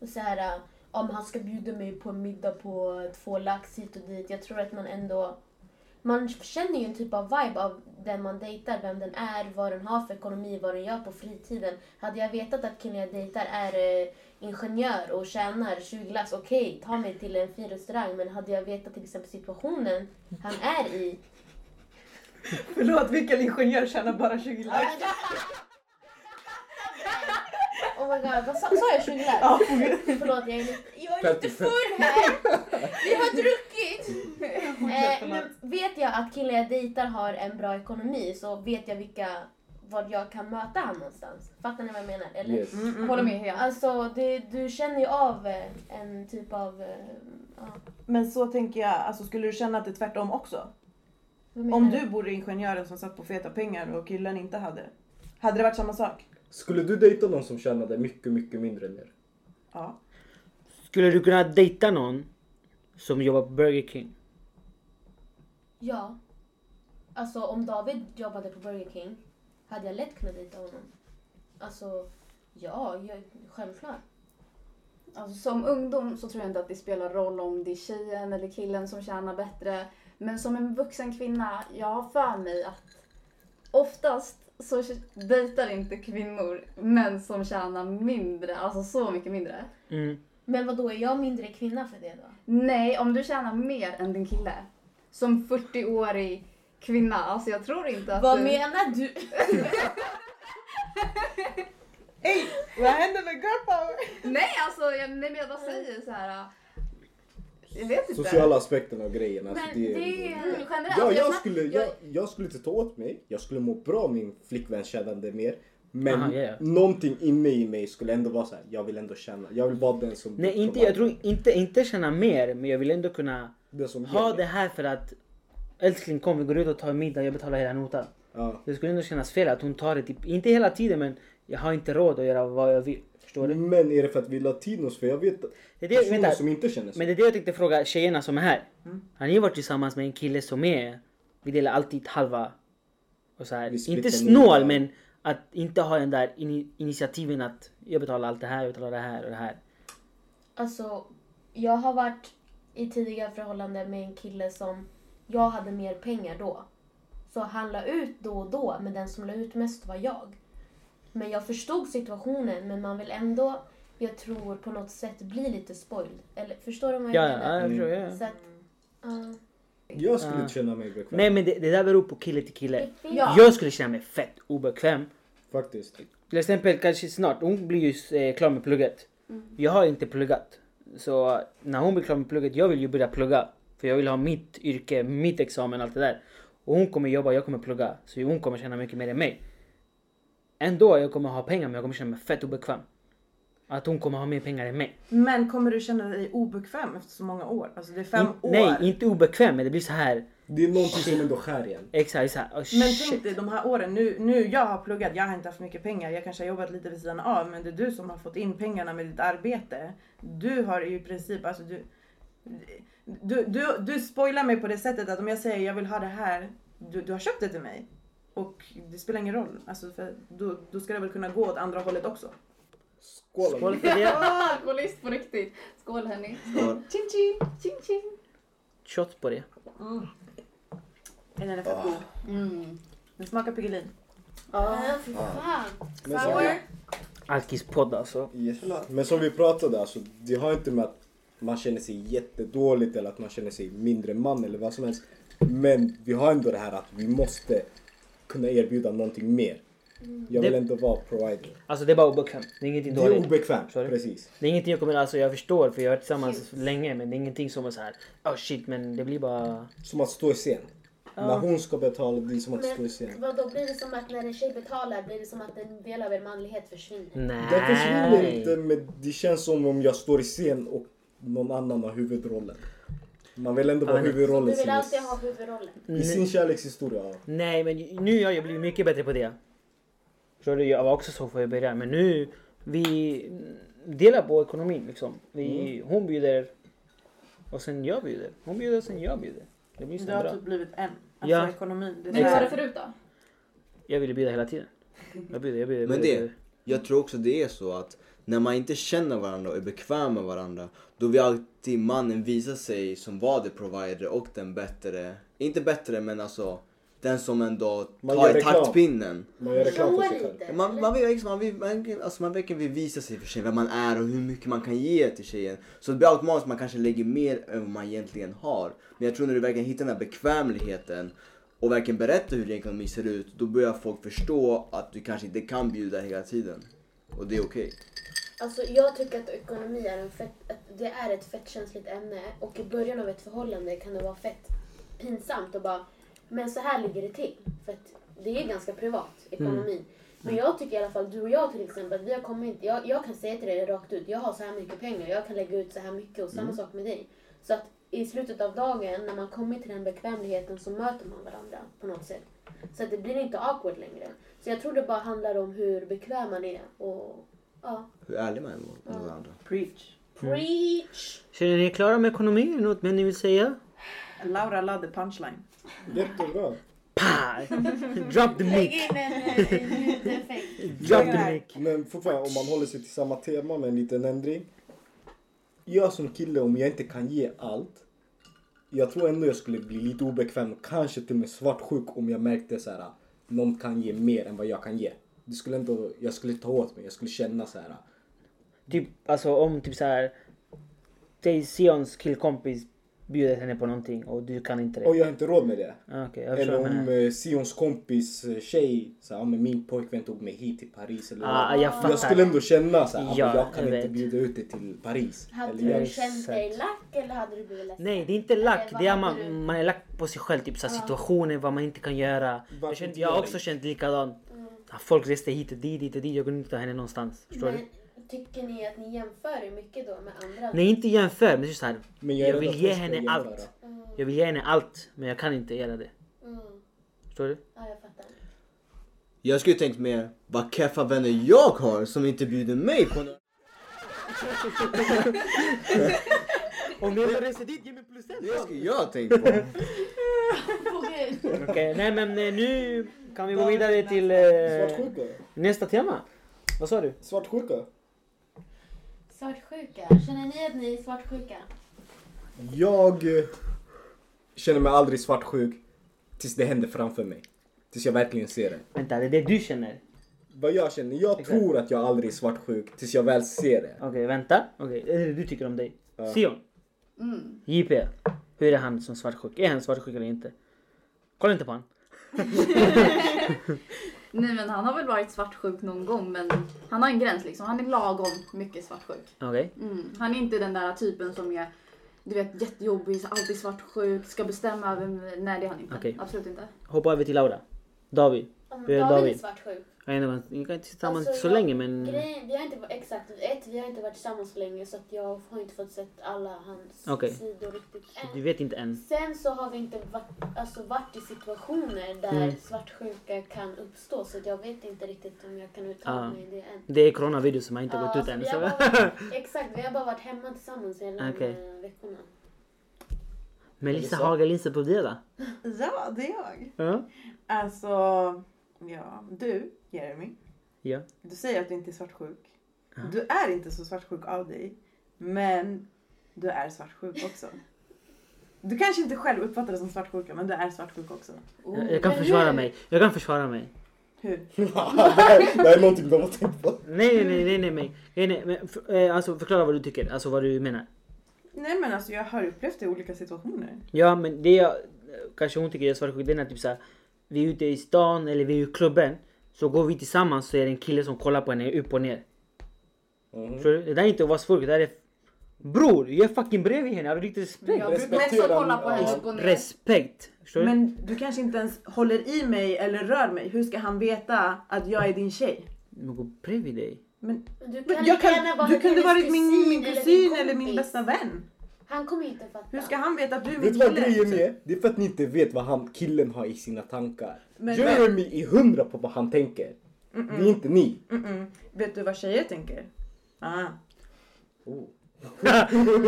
[SPEAKER 4] Och så här, äh, om han ska bjuda mig på en middag på två lax hit och dit. Jag tror att man ändå... Man känner ju en typ av vibe av den man dejtar, vem den är, vad den har för ekonomi, vad den gör på fritiden. Hade jag vetat att killen jag dejtar är eh, ingenjör och tjänar 20 lax, okej, ta mig till en fin restaurang. Men hade jag vetat till exempel situationen han är i,
[SPEAKER 5] Förlåt, vilken ingenjör tjänar bara 20 lax?
[SPEAKER 4] Oh my god, vad sa, sa jag 20 lax?
[SPEAKER 5] Ja.
[SPEAKER 4] Förlåt, jag är lite, jag är lite full här. Vi har druckit. Eh, men vet jag att killen jag dejtar har en bra ekonomi så vet jag vilka, var jag kan möta han någonstans. Fattar ni vad jag menar? Eller?
[SPEAKER 2] Yes.
[SPEAKER 5] Mm, mm,
[SPEAKER 6] Håller
[SPEAKER 5] mm.
[SPEAKER 6] med helt.
[SPEAKER 4] Alltså, det, du känner ju av eh, en typ av... eh, Ja,
[SPEAKER 5] Men så tänker jag, alltså, skulle du känna att det är tvärtom också?
[SPEAKER 4] vad menar
[SPEAKER 5] Om du vore ingenjören som satt på feta pengar och killen inte hade. Hade det varit samma sak?
[SPEAKER 2] Skulle du dejta någon som tjänade mycket, mycket mindre än er?
[SPEAKER 5] Ja.
[SPEAKER 1] Skulle du kunna dejta någon som jobbar på Burger King?
[SPEAKER 4] Ja. Alltså om David jobbade på Burger King hade jag lätt kunnat dejta honom. Alltså, ja, jag, självklart.
[SPEAKER 6] Alltså, som ungdom så tror jag inte att det spelar roll om det är tjejen eller killen som tjänar bättre. Men som en vuxen kvinna, jag har för mig att oftast så dejtar inte kvinnor män som tjänar mindre, alltså så mycket mindre.
[SPEAKER 1] Mm.
[SPEAKER 4] Men vad då är jag mindre kvinna för det då?
[SPEAKER 6] Nej, om du tjänar mer än din kille. Som 40-årig kvinna, alltså jag tror inte att
[SPEAKER 4] Vad
[SPEAKER 6] du...
[SPEAKER 4] menar du?
[SPEAKER 5] Ey, vad händer med girl power?
[SPEAKER 6] Nej, alltså jag, nej, men jag bara säger så här. Jag vet inte.
[SPEAKER 2] Sociala aspekten av grejen. Alltså,
[SPEAKER 4] Typ. Men det är mm, generellt.
[SPEAKER 2] Ja,
[SPEAKER 4] jag
[SPEAKER 2] jag
[SPEAKER 4] snack-
[SPEAKER 2] skulle, jag, jag skulle inte ta åt mig. Jag skulle må bra om min flickvän tjänade mer. Men
[SPEAKER 1] Aha, ja, ja.
[SPEAKER 2] någonting inne i mig skulle ändå vara så här. jag vill ändå tjäna. Jag vill vara den som...
[SPEAKER 1] Nej, inte, jag tror inte, inte känna mer, men jag vill ändå kunna
[SPEAKER 2] Den som
[SPEAKER 1] ha
[SPEAKER 2] ger.
[SPEAKER 1] det här för att älskling kom vi går ut och tar middag, jag betalar hela notan.
[SPEAKER 2] Ja.
[SPEAKER 1] Det skulle ändå kännas fel att hon tar det, typ, inte hela tiden men jag har inte råd att göra vad jag vill. Förstår du?
[SPEAKER 2] Men är det för att vi är latinos? För jag vet att
[SPEAKER 1] Det är det-
[SPEAKER 2] Mm. personer
[SPEAKER 1] vänta.
[SPEAKER 2] som inte känner så.
[SPEAKER 1] Men det är det jag tänkte fråga tjejerna som är här.
[SPEAKER 2] Mm.
[SPEAKER 1] Har ni varit tillsammans med en kille som är, vi delar alltid halva, och så
[SPEAKER 2] Vi
[SPEAKER 1] här,
[SPEAKER 2] splittar
[SPEAKER 1] inte
[SPEAKER 2] notan.
[SPEAKER 1] snål men att inte ha den där ini- initiativen att jag betalar allt det här, jag betalar det här och det här.
[SPEAKER 4] Alltså, jag har varit i tidiga förhållanden med en kille som jag hade mer pengar då. Så han la ut då och då, men den som la ut mest var jag. Men jag förstod situationen, men man vill ändå, jag tror, på något sätt bli lite spoiled. Eller, förstår du vad
[SPEAKER 1] Ja,
[SPEAKER 4] jag
[SPEAKER 1] ja,
[SPEAKER 4] menar?
[SPEAKER 2] Mm.
[SPEAKER 1] jag förstår, ja, ja.
[SPEAKER 4] Så att, eh, ja.
[SPEAKER 2] Jag skulle
[SPEAKER 1] Ja.
[SPEAKER 2] inte känna mig bekväm.
[SPEAKER 1] Nej men det, det där beror på kille till kille.
[SPEAKER 4] Det finns- Ja.
[SPEAKER 1] Jag skulle känna mig fett obekväm
[SPEAKER 2] Faktiskt.
[SPEAKER 1] Till exempel kanske snart, hon blir ju eh, klar med plugget. Jag har inte pluggat. Så när hon blir klar med plugget, jag vill ju börja plugga. För jag vill ha mitt yrke, mitt examen, allt det där. Och hon kommer jobba, jag kommer plugga. Så hon kommer tjäna mycket mer än mig. Ändå, jag kommer ha pengar men jag kommer känna mig fett obekväm. Att hon kommer ha mer pengar än mig.
[SPEAKER 5] Men kommer du känna dig obekväm efter så många år? Alltså det är fem
[SPEAKER 1] In-
[SPEAKER 5] år.
[SPEAKER 1] nej, inte obekväm men det blir så här.
[SPEAKER 2] Det är någonting som ändå skär igen.
[SPEAKER 1] Exakt, exakt. Oh,
[SPEAKER 5] Men
[SPEAKER 1] shit.
[SPEAKER 5] tänk dig de här åren, nu, nu jag har pluggat, jag har inte haft mycket pengar, jag kanske har jobbat lite vid sidan av men det är du som har fått in pengarna med ditt arbete. Du har ju i princip, alltså du, du, du, du spoilar mig på det sättet att om jag säger jag vill ha det här, du, du har köpt det till mig. Och det spelar ingen roll, alltså för då, då ska det väl kunna gå åt andra hållet också.
[SPEAKER 2] Skål!
[SPEAKER 1] Skål för det.
[SPEAKER 6] Ja, alkoholist på riktigt. Skål hörni.
[SPEAKER 3] Skål.
[SPEAKER 6] Chin chin, chin chin.
[SPEAKER 1] Shot på det.
[SPEAKER 5] Den är fett
[SPEAKER 1] Ah.
[SPEAKER 5] god.
[SPEAKER 6] Mm.
[SPEAKER 5] Den smakar Piggelin.
[SPEAKER 6] Ja.
[SPEAKER 4] fy fan.
[SPEAKER 2] Men som-
[SPEAKER 4] Sour.
[SPEAKER 1] Alkispodd alltså.
[SPEAKER 2] Yes. Men som vi pratade, alltså, det har inte med att man känner sig jättedåligt eller att man känner sig mindre man eller vad som helst. Men vi har ändå det här att vi måste kunna erbjuda någonting mer. Jag vill
[SPEAKER 1] Det-
[SPEAKER 2] ändå vara provider.
[SPEAKER 1] Alltså det är bara obekvämt. Det är ingenting
[SPEAKER 2] Det är
[SPEAKER 1] dåligt.
[SPEAKER 2] obekvämt,
[SPEAKER 1] Sorry.
[SPEAKER 2] precis.
[SPEAKER 1] Det är ingenting jag kommer... Alltså jag förstår för jag har varit tillsammans länge men det är ingenting som är så här. Oh shit men det blir bara...
[SPEAKER 2] Som att stå i scen. När hon ska betala, det är som att stå i
[SPEAKER 4] Men
[SPEAKER 2] scen.
[SPEAKER 4] vad då blir det som att när en tjej betalar blir det som att en del av er manlighet försvinner?
[SPEAKER 1] Nej.
[SPEAKER 2] Det försvinner inte men det känns som om jag står i scen och någon annan har huvudrollen. Man vill ändå vara
[SPEAKER 1] men- Mm.
[SPEAKER 4] Du
[SPEAKER 2] huvudrollen
[SPEAKER 4] vill alltid ha
[SPEAKER 2] sin,
[SPEAKER 4] huvudrollen.
[SPEAKER 2] i sin kärlekshistoria. ja.
[SPEAKER 1] Nej, men nu har jag blivit mycket bättre på det. Förstår du? Jag var också så för i början, men nu... Vi delar på ekonomin liksom. Vi,
[SPEAKER 2] Mm.
[SPEAKER 1] Hon bjuder och sen jag bjuder. Hon bjuder och sen jag bjuder. Det blir så
[SPEAKER 5] Det har
[SPEAKER 1] bra.
[SPEAKER 5] typ blivit en. Alltså
[SPEAKER 1] Ja.
[SPEAKER 5] ekonomin. Det är
[SPEAKER 6] Men hur var det
[SPEAKER 5] Exakt.
[SPEAKER 6] förut då?
[SPEAKER 1] Jag ville bjuda hela tiden. Jag bjuder, jag bjuder.
[SPEAKER 3] Men
[SPEAKER 1] bjuder,
[SPEAKER 3] det,
[SPEAKER 1] bjuder.
[SPEAKER 3] jag tror också det är så att när man inte känner varandra och är bekväm med varandra då vill alltid mannen visa sig som var the provider och den bättre, inte bättre men alltså den som ändå
[SPEAKER 2] Man
[SPEAKER 3] tar
[SPEAKER 2] gör
[SPEAKER 3] i
[SPEAKER 2] reklam.
[SPEAKER 3] taktpinnen.
[SPEAKER 2] Man gör reklam för sig själv.
[SPEAKER 4] lite.
[SPEAKER 3] Man, man, vill, liksom, man, vill, man, alltså man verkligen vill visa sig för tjejen, vem man är och hur mycket man kan ge till tjejen. Så det blir automatiskt att man kanske lägger mer än vad man egentligen har. Men jag tror när du verkligen hittar den här bekvämligheten och verkligen berättar hur din ekonomi ser ut, då börjar folk förstå att du kanske inte kan bjuda hela tiden. Och det är okej.
[SPEAKER 4] Alltså jag tycker att ekonomi är, en fett, att det är ett fett känsligt ämne och i början av ett förhållande kan det vara fett pinsamt och bara men så här ligger det till. För att det är ganska privat, ekonomi. Men jag tycker i alla fall, du och jag till exempel, att vi har kommit, jag, jag kan säga till dig rakt ut, jag har så här mycket pengar, jag kan lägga ut så här mycket och samma sak med dig. Så att i slutet av dagen när man kommer till den bekvämligheten så möter man varandra på något sätt. Så att det blir inte awkward längre. Så jag tror det bara handlar om hur bekväm man är och ja.
[SPEAKER 3] Hur ärlig man är mot mot varandra.
[SPEAKER 5] Preach.
[SPEAKER 4] Preach!
[SPEAKER 1] Känner ni er klara med ekonomi? Är det något mer ni vill säga?
[SPEAKER 5] Laura lade punchline.
[SPEAKER 2] Jättebra.
[SPEAKER 1] Pa! Drop the mic!
[SPEAKER 4] in en eh, ljudeffekt.
[SPEAKER 1] Drop the mic!
[SPEAKER 2] Men fortfarande, om man håller sig till samma tema med en liten ändring. Jag som kille, om jag inte kan ge allt. Jag tror ändå jag skulle bli lite obekväm, kanske till och med svartsjuk om jag märkte så här. Någon kan ge mer än vad jag kan ge. Det skulle ändå, jag skulle ta åt mig, jag skulle känna så här.
[SPEAKER 1] Typ, alltså om typ så här. Säg Sions killkompis bjuder henne på någonting och du kan inte det.
[SPEAKER 2] Och jag har inte råd med det.
[SPEAKER 1] Ah, Okej, jag förstår.
[SPEAKER 2] Eller
[SPEAKER 1] vad du
[SPEAKER 2] om
[SPEAKER 1] menar.
[SPEAKER 2] eh, Sions kompis eh, tjej sa ah, men min pojkvän tog mig hit till Paris. Eller
[SPEAKER 1] Ah,
[SPEAKER 2] något.
[SPEAKER 1] jag fattar.
[SPEAKER 2] jag skulle ändå känna så här, ah,
[SPEAKER 1] Ja,
[SPEAKER 2] men jag kan
[SPEAKER 1] jag
[SPEAKER 2] inte
[SPEAKER 1] vet.
[SPEAKER 2] bjuda ut dig till Paris.
[SPEAKER 4] Hade
[SPEAKER 2] Eller jag
[SPEAKER 4] du
[SPEAKER 1] jag-
[SPEAKER 4] känt dig lack eller hade du blivit ledsen?
[SPEAKER 1] Nej, det är inte lack.
[SPEAKER 4] Eller vad
[SPEAKER 1] Det är
[SPEAKER 4] hade
[SPEAKER 1] man,
[SPEAKER 4] du-
[SPEAKER 1] man är lack på sig själv. Typ så här situationer, vad man inte kan göra. Jag, kände,
[SPEAKER 2] inte
[SPEAKER 1] jag har
[SPEAKER 2] göra
[SPEAKER 1] också
[SPEAKER 2] det?
[SPEAKER 1] känt likadant.
[SPEAKER 4] Mm.
[SPEAKER 1] Att Folk reste hit och dit, dit och dit. Jag kunde inte ta henne någonstans. Förstår du?
[SPEAKER 4] Men tycker ni att ni jämför er mycket då med andra?
[SPEAKER 1] Nej, inte jämför. Men det är så här.
[SPEAKER 2] Men
[SPEAKER 1] Jag,
[SPEAKER 2] är rädd
[SPEAKER 1] vill
[SPEAKER 2] att
[SPEAKER 1] ge
[SPEAKER 2] hon ska
[SPEAKER 1] henne
[SPEAKER 2] jämföra.
[SPEAKER 1] allt.
[SPEAKER 4] Mm,
[SPEAKER 1] Jag vill ge henne allt, men jag kan inte göra det.
[SPEAKER 4] mm.
[SPEAKER 1] Förstår du?
[SPEAKER 4] Ja, jag fattar.
[SPEAKER 3] Jag skulle tänkt mer, vad keffa vänner jag har som inte bjuder mig på något.
[SPEAKER 1] Om jag reser dit, ge mig plus en.
[SPEAKER 3] Det skulle jag tänkt på.
[SPEAKER 1] Okej, nej men eh, nu kan vi gå vidare till eh,
[SPEAKER 2] Svartsjuka?
[SPEAKER 1] nästa tema. Vad sa du?
[SPEAKER 2] Svartsjuka?
[SPEAKER 4] Svartsjuka. Känner ni att ni är svartsjuka?
[SPEAKER 2] Jag eh, känner mig aldrig svartsjuk tills det händer framför mig. Tills jag verkligen ser det.
[SPEAKER 1] Vänta, det är det du känner?
[SPEAKER 2] Vad jag känner, jag
[SPEAKER 1] Exakt.
[SPEAKER 2] tror att jag aldrig är svartsjuk tills jag väl ser det.
[SPEAKER 1] Okej, vänta. Okej, det är det du tycker om dig.
[SPEAKER 2] Ja.
[SPEAKER 1] Sion,
[SPEAKER 6] Mm.
[SPEAKER 1] JP. Hur är han som svartsjuk? Är han svartsjuk eller inte? Kolla inte på han.
[SPEAKER 6] Nej men han har väl varit svartsjuk någon gång men han har en gräns liksom. Han är lagom mycket svartsjuk.
[SPEAKER 1] Okej.
[SPEAKER 6] Mm. Han är inte den där typen som är du vet jättejobbig, så alltid svartsjuk, ska bestämma över... Nej det är han inte.
[SPEAKER 1] Okej.
[SPEAKER 6] Absolut inte.
[SPEAKER 1] Hoppa över till Laura. David.
[SPEAKER 4] Om
[SPEAKER 1] Det är
[SPEAKER 4] David är
[SPEAKER 1] David.
[SPEAKER 4] svartsjuk.
[SPEAKER 1] Jag vet inte, ni kan inte tillsammans
[SPEAKER 7] Alltså,
[SPEAKER 1] så
[SPEAKER 7] jag-
[SPEAKER 1] länge men... Okej,
[SPEAKER 7] Grejen, vi har inte, exakt, ett, vi har inte varit tillsammans så länge så att jag har inte fått sett alla hans
[SPEAKER 1] Okej.
[SPEAKER 7] sidor riktigt
[SPEAKER 1] du
[SPEAKER 7] än.
[SPEAKER 1] vet inte än.
[SPEAKER 7] Sen så har vi inte varit, alltså, varit i situationer där
[SPEAKER 1] Mm.
[SPEAKER 7] svartsjuka kan uppstå så att jag vet inte riktigt om jag kan uttala
[SPEAKER 1] Ah.
[SPEAKER 7] mig i det än.
[SPEAKER 1] Det är coronavirus som har inte
[SPEAKER 7] Ja,
[SPEAKER 1] gått ut
[SPEAKER 7] alltså,
[SPEAKER 1] än.
[SPEAKER 7] vi
[SPEAKER 1] Så.
[SPEAKER 7] har bara- Exakt, vi har bara varit hemma tillsammans hela de
[SPEAKER 1] Okej.
[SPEAKER 7] här veckorna.
[SPEAKER 1] Melissa
[SPEAKER 2] Är det så?
[SPEAKER 1] Hagalin Sepulveda.
[SPEAKER 5] Ja, det är jag.
[SPEAKER 1] Ja.
[SPEAKER 5] Alltså, ja, du Jeremy.
[SPEAKER 1] Ja.
[SPEAKER 5] Du säger att du inte är svartsjuk. Du är inte så svartsjuk av dig. Men du är svartsjuk också. Du kanske inte själv uppfattar det som svartsjuka, men du är svartsjuk också.
[SPEAKER 1] Jag, jag kan
[SPEAKER 7] Oh,
[SPEAKER 1] försvara mig. Jag kan försvara mig.
[SPEAKER 5] Hur?
[SPEAKER 2] det, här, det här är någonting de har tänkt på.
[SPEAKER 1] Nej, nej, nej, nej, nej. nej, nej men, för, eh, alltså förklara vad du tycker. Alltså vad du menar.
[SPEAKER 5] Nej men alltså jag har upplevt det i olika situationer.
[SPEAKER 1] Ja, men det jag kanske hon tycker är svartsjuk det är när typ såhär vi är ute i stan eller vi är i klubben så går vi tillsammans så är det en kille som kollar på henne upp och ner.
[SPEAKER 2] Mhm.
[SPEAKER 1] Förstår du? Det där är inte att vara svartsjuk, det där är Bror, jag är fucking bredvid henne. Jag har riktigt respekt.
[SPEAKER 6] Jag men så kolla på henne upp och ner.
[SPEAKER 1] Respekt. Förstår du?
[SPEAKER 5] Men du kanske inte ens håller i mig eller rör mig. Hur ska han veta att jag är din tjej?
[SPEAKER 1] Men gå bredvid dig.
[SPEAKER 5] Men,
[SPEAKER 7] Du
[SPEAKER 5] men
[SPEAKER 7] kan
[SPEAKER 5] jag
[SPEAKER 7] gärna vara
[SPEAKER 5] kan, du kunde
[SPEAKER 7] hennes
[SPEAKER 5] varit min, min
[SPEAKER 7] din
[SPEAKER 5] kusin eller min
[SPEAKER 7] kompis.
[SPEAKER 5] bästa vän.
[SPEAKER 7] Han kommer inte fatta.
[SPEAKER 5] Hur ska han veta att du är
[SPEAKER 2] Vet
[SPEAKER 5] min
[SPEAKER 2] du vad
[SPEAKER 5] kille?
[SPEAKER 2] grejen är? Det är för att ni inte vet vad han, killen har i sina tankar.
[SPEAKER 5] Men-
[SPEAKER 2] Jeremy är hundra på vad han tänker. Det är inte ni.
[SPEAKER 5] Mm-mm. Vet du vad tjejer tänker? Ah.
[SPEAKER 2] Oh.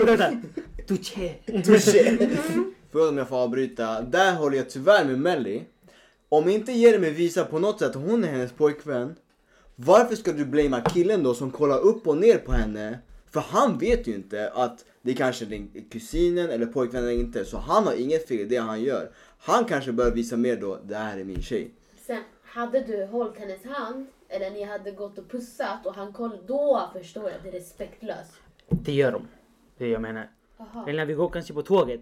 [SPEAKER 1] Vänta. Touché.
[SPEAKER 2] Touché!
[SPEAKER 3] Förlåt om jag får avbryta. Där håller jag tyvärr med Melly. Om inte Jeremy visar på något sätt att hon är hennes pojkvän. Varför ska du blamea killen då som kollar upp och ner på henne? För han vet ju inte att det kanske är din kusinen eller pojkvännen eller inte. Så han har inget fel i det han gör. Han kanske bör visa mer då, det här är min tjej.
[SPEAKER 7] Sen hade du hållit hennes hand eller ni hade gått och pussat och han kollade, då förstår jag att det är respektlöst.
[SPEAKER 1] Det gör de. Det är jag menar.
[SPEAKER 7] Jaha.
[SPEAKER 1] Eller när vi går kanske på tåget.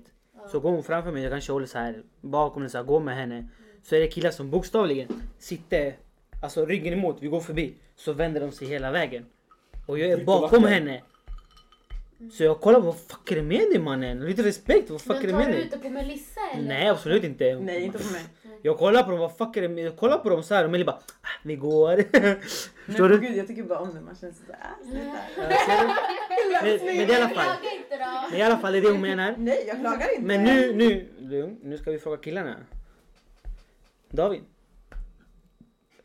[SPEAKER 1] Så går hon framför mig, jag kanske håller så här bakom eller så här, går med henne. Så är det killar som bokstavligen sitter, alltså ryggen emot, vi går förbi. Så vänder de sig hela vägen. Och jag är
[SPEAKER 2] Lite
[SPEAKER 1] bakom
[SPEAKER 2] vacker.
[SPEAKER 1] henne. Så jag kollar, vad fuck är det med dig mannen? Lite respekt, vad fuck är
[SPEAKER 7] Mm. Men tar
[SPEAKER 1] det med
[SPEAKER 7] du
[SPEAKER 1] dig?
[SPEAKER 7] ut det på Melissa eller?
[SPEAKER 1] Nej absolut inte.
[SPEAKER 5] Nej, inte på mig.
[SPEAKER 1] Jag kollar på dem, vad fuck är det med Jag kollar på dem så här och Melly bara, ah, vi går. Förstår
[SPEAKER 5] Men
[SPEAKER 1] du?
[SPEAKER 5] gud, jag tycker bara om det. Man känns såhär, äh, sluta.
[SPEAKER 1] Men, men det är i alla fall.
[SPEAKER 7] Klaga inte då.
[SPEAKER 1] Men i alla fall det är det hon menar.
[SPEAKER 5] Nej, jag klagar inte.
[SPEAKER 1] Men nu, nu, lugn. Nu ska vi fråga killarna. David?